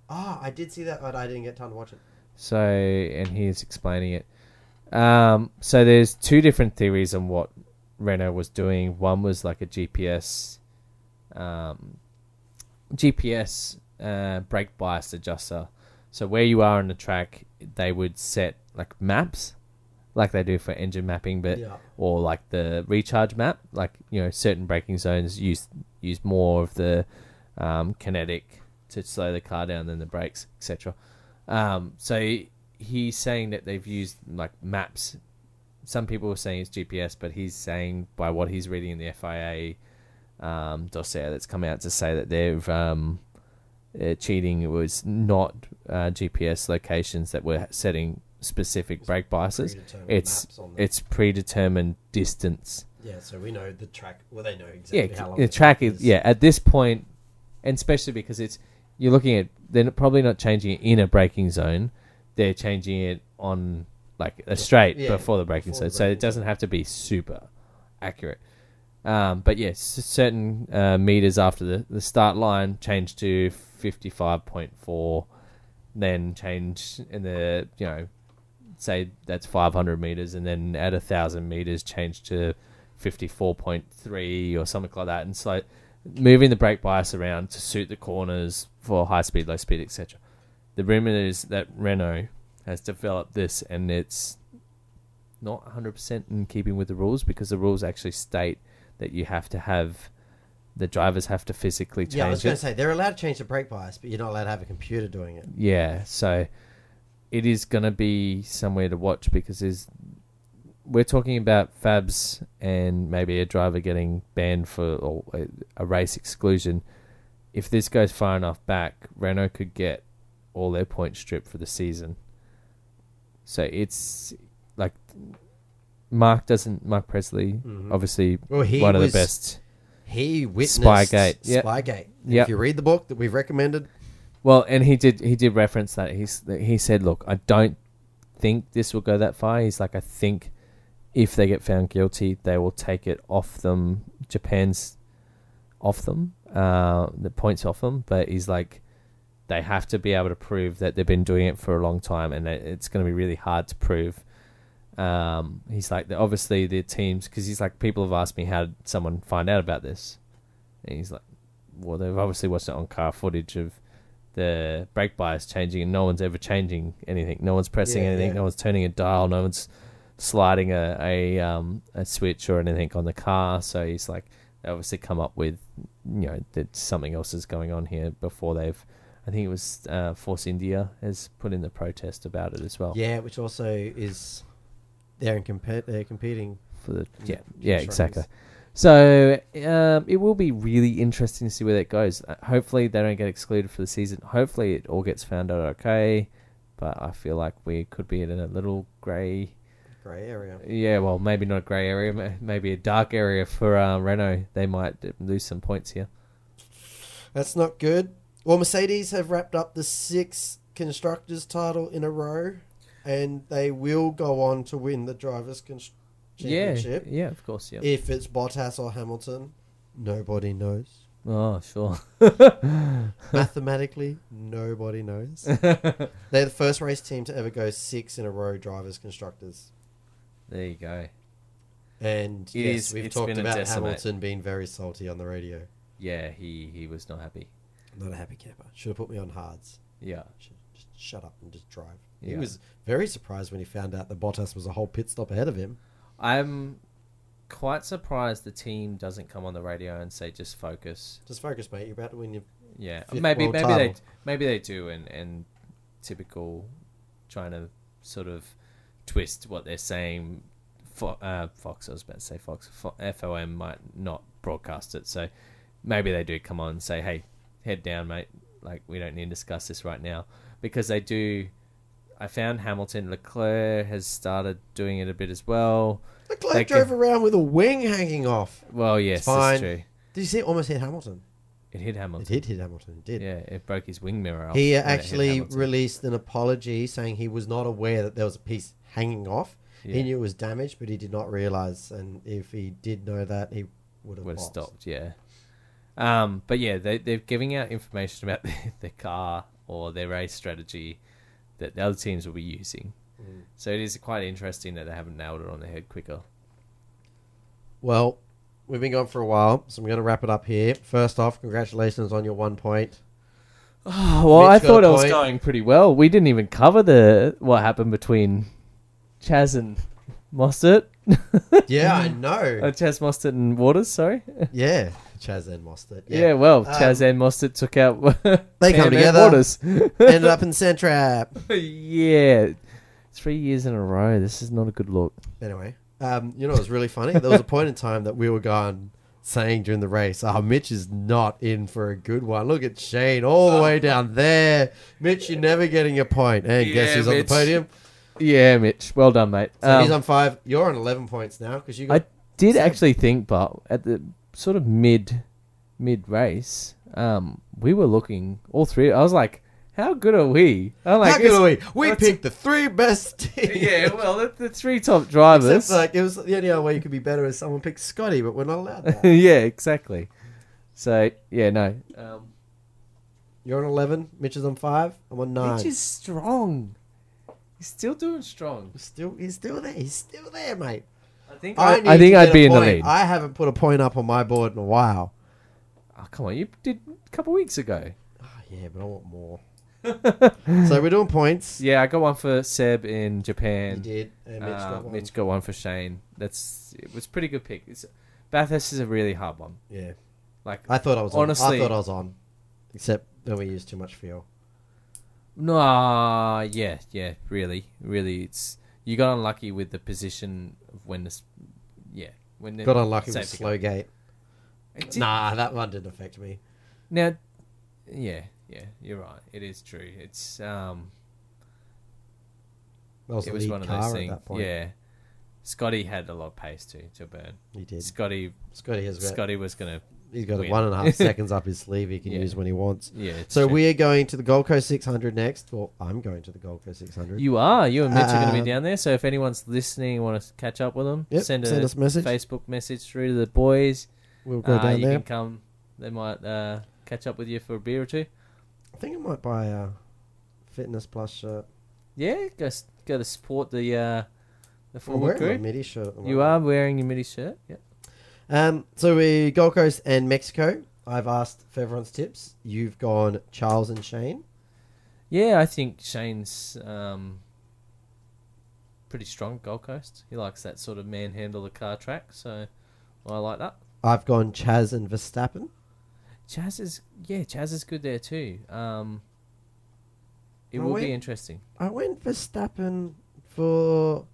Ah, I did see that, but I didn't get time to watch it.
So, and he's explaining it. Um, so there's two different theories on what Renault was doing. One was like a GPS, um, GPS uh, brake bias adjuster. So where you are on the track, they would set like maps, like they do for engine mapping, but
Yeah.
or like the recharge map. Like you know, certain braking zones use use more of the um, kinetic to slow the car down than the brakes, etc. Um, so he's saying that they've used like maps. Some people are saying it's GPS, but he's saying by what he's reading in the FIA um, dossier that's come out to say that they've um, uh, cheating was not uh, GPS locations that were setting specific brake biases
Predetermined
it's
maps on the-
it's predetermined distance.
yeah. So we know the track. Well, they know exactly how long
yeah, the track is yeah at this point, and especially because it's you're looking at they're probably not changing it in a braking zone, they're changing it on like a straight
Yeah,
before the braking
before
zone,
the
so
braking
it doesn't have to be super accurate. Um, but yes, certain uh, meters after the, the start line change to fifty five point four, then change in the you know say that's 500 meters and then at a thousand meters change to 54.3 or something like that and so moving the brake bias around to suit the corners for high speed low speed etc the rumor is that renault has developed this and it's not 100% in keeping with the rules because the rules actually state that you have to have the drivers have to physically change
Yeah, I was
it
going to say they're allowed to change the brake bias, but you're not allowed to have a computer doing it.
yeah, so it is going to be somewhere to watch because there's, we're talking about Fabs and maybe a driver getting banned for or a, a race exclusion. If this goes far enough back, Renault could get all their points stripped for the season. So it's like Mark doesn't Mark Presley,
Mhm.
obviously
Well, he
one of
was-
the best.
He witnessed
Spygate, yeah.
Spygate.
Yeah.
If you read the book that we've recommended,
Well, and he did he did reference that he's that he said, "Look, I don't think this will go that far." He's like, "I think if they get found guilty, they will take it off them, Japan's off them, uh, the points off them." But he's like, "They have to be able to prove that they've been doing it for a long time, and that it's going to be really hard to prove." Um, he's like, "The- "Obviously, the teams," because he's like, "People have asked me how did someone find out about this," and he's like, "Well, they've obviously watched it on car footage of." the brake bias changing and no one's ever changing anything. No one's pressing
Yeah,
anything.
yeah.
No one's turning a dial. No one's sliding a, a um a switch or anything on the car. So he's like, they obviously come up with you know that something else is going on here before they've. I think it was uh, Force India has put in the protest about it as well.
yeah, which also is they're in compet they're competing.
For the yeah
Yeah,
yeah
sure.
exactly. So um, it will be really interesting to see where that goes. Uh, hopefully they don't get excluded for the season. Hopefully it all gets found out okay. But I feel like we could be in a little grey.
Grey area.
Yeah, well, maybe not a grey area, ma- maybe a dark area for uh, Renault. They might lose some points here.
That's not good. Well, Mercedes have wrapped up the sixth constructors title in a row, and they will go on to win the drivers' Const-
Yeah,
championship
yeah, of course, yeah.
if it's Bottas or Hamilton. Nobody knows.
oh, sure.
Mathematically, nobody knows. They're the first race team to ever go six in a row drivers constructors.
There you go.
And
It
yes,
is-
we've
it's
talked
been a
about
decimate.
Hamilton being very salty on the radio.
Yeah, he he was not happy.
Not a happy camper. Should have put me on hards.
Yeah,
Should just shut up and just drive. He
Yeah.
was very surprised when he found out that Bottas was a whole pit stop ahead of him.
I'm quite surprised the team doesn't come on the radio and say just focus.
Just focus, mate. You're about to win your
Yeah,
fifth
maybe
world
maybe
title.
they maybe they do, and and typical trying to sort of twist what they're saying. Fo- uh, Fox, I was about to say Fox. Fo- FOM might not broadcast it, so maybe they do come on and say, "Hey, head down, mate. Like we don't need to discuss this right now," because they do. I found Hamilton Leclerc has started doing it a bit as well. They
Leclerc
can-
drove around with a wing hanging off.
Well, yes,
fine.
that's true.
Did you see? It almost hit Hamilton.
It hit
It
Hamilton.
did hit Hamilton. It did.
Yeah, it broke his wing mirror. off
He
when it hit
actually
Hamilton.
released an apology saying he was not aware that there was a piece hanging off.
Yeah.
He knew it was damaged, but he did not realize. And if he did know that, he would have
would have
boxed.
stopped. Yeah. Um, but yeah, they, they're giving out information about <laughs> their, their car or their race strategy that the other teams will be using. So it is quite interesting that they haven't nailed it on the head quicker.
Well, we've been gone for a while, so I'm going to wrap it up here. First off, congratulations on your one point.
Oh, <sighs> well,
Mitch
I
got
thought
a
it was
point.
going pretty well. We didn't even cover the what happened between Chaz and Mostert.
Yeah, I
Uh,
know.
Chaz Mostert and Waters, sorry.
Yeah, Chaz and Mostert.
Uh, Yeah,
Yeah,
well,
Um,
Chaz and Mostert took out <laughs>
They
Pam
come
and
together.
<laughs>
<laughs>
Waters.
ended up in Centrap.
yeah. Three years in a row. This is not a good look.
Anyway, um, you know it was really funny. There was a point in time that we were gone saying during the race, "Oh, Mitch is not in for a good one. Look at Shane
Ah.
all the way down there. Mitch, you're never getting a point. And guess
Yeah,
who's on the
Mitch.
podium?
Yeah, Mitch. Well done, mate.
So
Um,
he's on five. You're on eleven points now because you
I
got
did
seven.
actually think, but at the sort of mid mid race, um, we were looking all three. I was like, "How good are we?" I'm like,
how good
"It's-
are we? We
what's-
picked the three best teams.
<laughs>
<laughs>
Yeah, well, the, the three top
Except
drivers.
like it was the only other way you could be better is someone picked Scotty, but we're not allowed
<laughs>
that.
yeah, exactly. So yeah, no. Um,
You're on eleven. Mitch is on five. I'm on nine.
Mitch is strong. He's still doing strong.
still, he's still there. He's still there, mate.
I think.
I,
I,
need
I think
to
I'd
get
be
a
in the
point.
lead.
I haven't put a point up on my board in a while.
oh, come on, you did a couple weeks ago.
Ah, yeah, but I want more. <laughs> so we're doing points.
Yeah, I got one for Seb in
You
Japan.
did. And Mitch
Uh,
got one.
Mitch got one for Shane. That's it was a pretty good pick. It's, Bathurst is a really hard one.
Yeah,
Like
I thought I was. on. I
Honestly-
thought I was on. Except that we used too much fuel.
no, yeah, yeah, really, really. It's you got unlucky with the position of when this, yeah, when the
Got unlucky with
safety
slow
car-
gate.
It did-
Nah, that one didn't affect me.
Now, yeah, yeah, you're right. It is true. It's um,
That was,
it
the
was
lead
one of
car
those
at
things.
that point.
Yeah, Scotty had a lot of pace to to burn.
he did.
Scotty,
Scotty has got.
Scotty was gonna.
He's got
win.
one and a half
<laughs>
seconds up his sleeve. He can
Yeah.
use when he wants.
Yeah. it's
So
true.
we are going to the Gold Coast 600 next. Well, I'm going to the Gold Coast 600.
You are. You and Mitch are going to
Um,
be down there. So if anyone's listening and want to catch up with them,
Yep,
send,
send
a
us a message.
Facebook message through to the boys.
we'll go
Uh,
down
you
there.
can come. They might uh, catch up with you for a beer or two.
I think I might buy a fitness plus shirt.
Yeah, go s- go to support the uh, the
I'm
former
wearing my
group.
midi shirt. at the
You
moment.
are wearing your midi shirt. Yep.
Um, so we Gold Coast and Mexico. I've asked for everyone's tips. You've gone Charles and Shane.
Yeah, I think Shane's um, pretty strong. at Gold Coast. He likes that sort of manhandle the car track. So I like that.
I've gone Chaz and Verstappen.
Chaz is yeah, Chaz is good there too. Um, it
I
will
went-
be interesting.
I went Verstappen for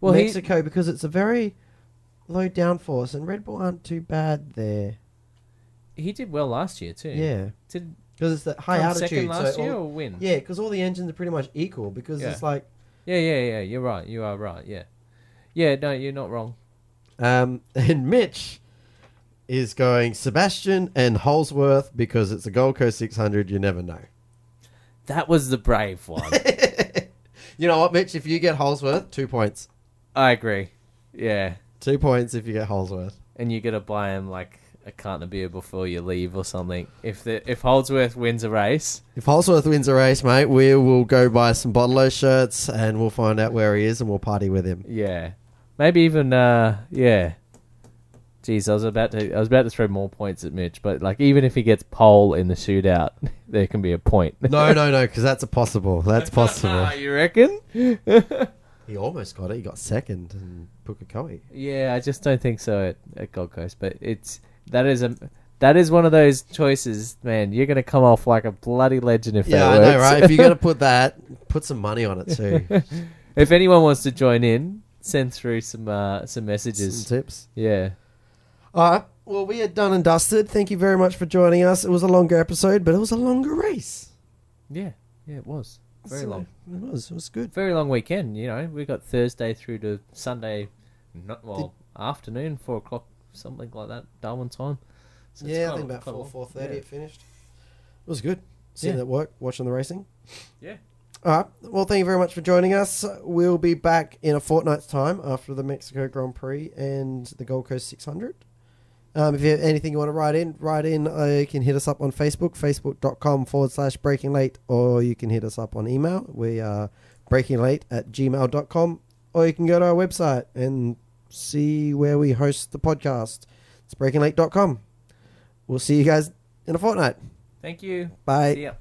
Well, he-
Mexico because it's a very low downforce and Red Bull aren't too bad there.
He did well last year too.
Yeah,
Did
because it's that high
come
altitude.
second last
so all-
year or win?
yeah, because all the engines are pretty much equal. Because
Yeah.
it's like
yeah, yeah, yeah. You're right. You are right. Yeah, yeah. No, you're not wrong.
Um, <laughs> and Mitch is going Sebastian and Holsworth because it's a Gold Coast 600. You never know. <laughs>
That was the brave one.
You know what, Mitch? If you get Holsworth, two points.
I agree. Yeah,
Two points if you get Holsworth.
and you gotta buy him like a carton of beer before you leave or something. If the if Holdsworth wins a race,
If Holsworth wins a race, mate, we will go buy some Bottle shirts and we'll find out where he is and we'll party with <laughs> him.
yeah, maybe even uh, yeah. Jeez, I was about to I was about to throw more points at Mitch, but like even if he gets pole in the shootout, <laughs> there can be a point. <laughs>
No, no, no, because that's a possible. <laughs> That's possible.
you reckon? <laughs>
he almost got it. He got second and Pukekohe.
Yeah, I just don't think so at, at Gold Coast, but it's that is a That is one of those choices, man. You're going to come off like a bloody legend if
yeah,
that
I
works.
know, right? if you're gonna put that, put some money on it <laughs> too.
<laughs> If anyone wants to join in, send through some uh, some messages.
Some tips.
Yeah.
All right. Well, we are done and dusted. Thank you very much for joining us. It was a longer episode, but it was a longer race.
Yeah. Yeah, it was. Very
So,
long.
It was. It was good.
Very long weekend, you know. We got Thursday through to Sunday not well afternoon, four o'clock, something like that, Darwin time. So it's
yeah, I
quite
think
a-
about
quite a
four
long-
four thirty
yeah.
it finished. It was good. Seeing
Yeah.
it at work, watching the racing.
Yeah.
All right. Well, thank you very much for joining us. We'll be back in a fortnight's time after the Mexico Grand Prix and the Gold Coast 600. Um, if you have anything you want to write in, write in. Uh, you can hit us up on Facebook, facebook.com forward slash breaking late, or you can hit us up on email. We are breaking late at gmail.com, or you can go to our website and see where we host the podcast. It's breakinglate.com. We'll see you guys in a fortnight.
Thank you.
Bye.
See ya.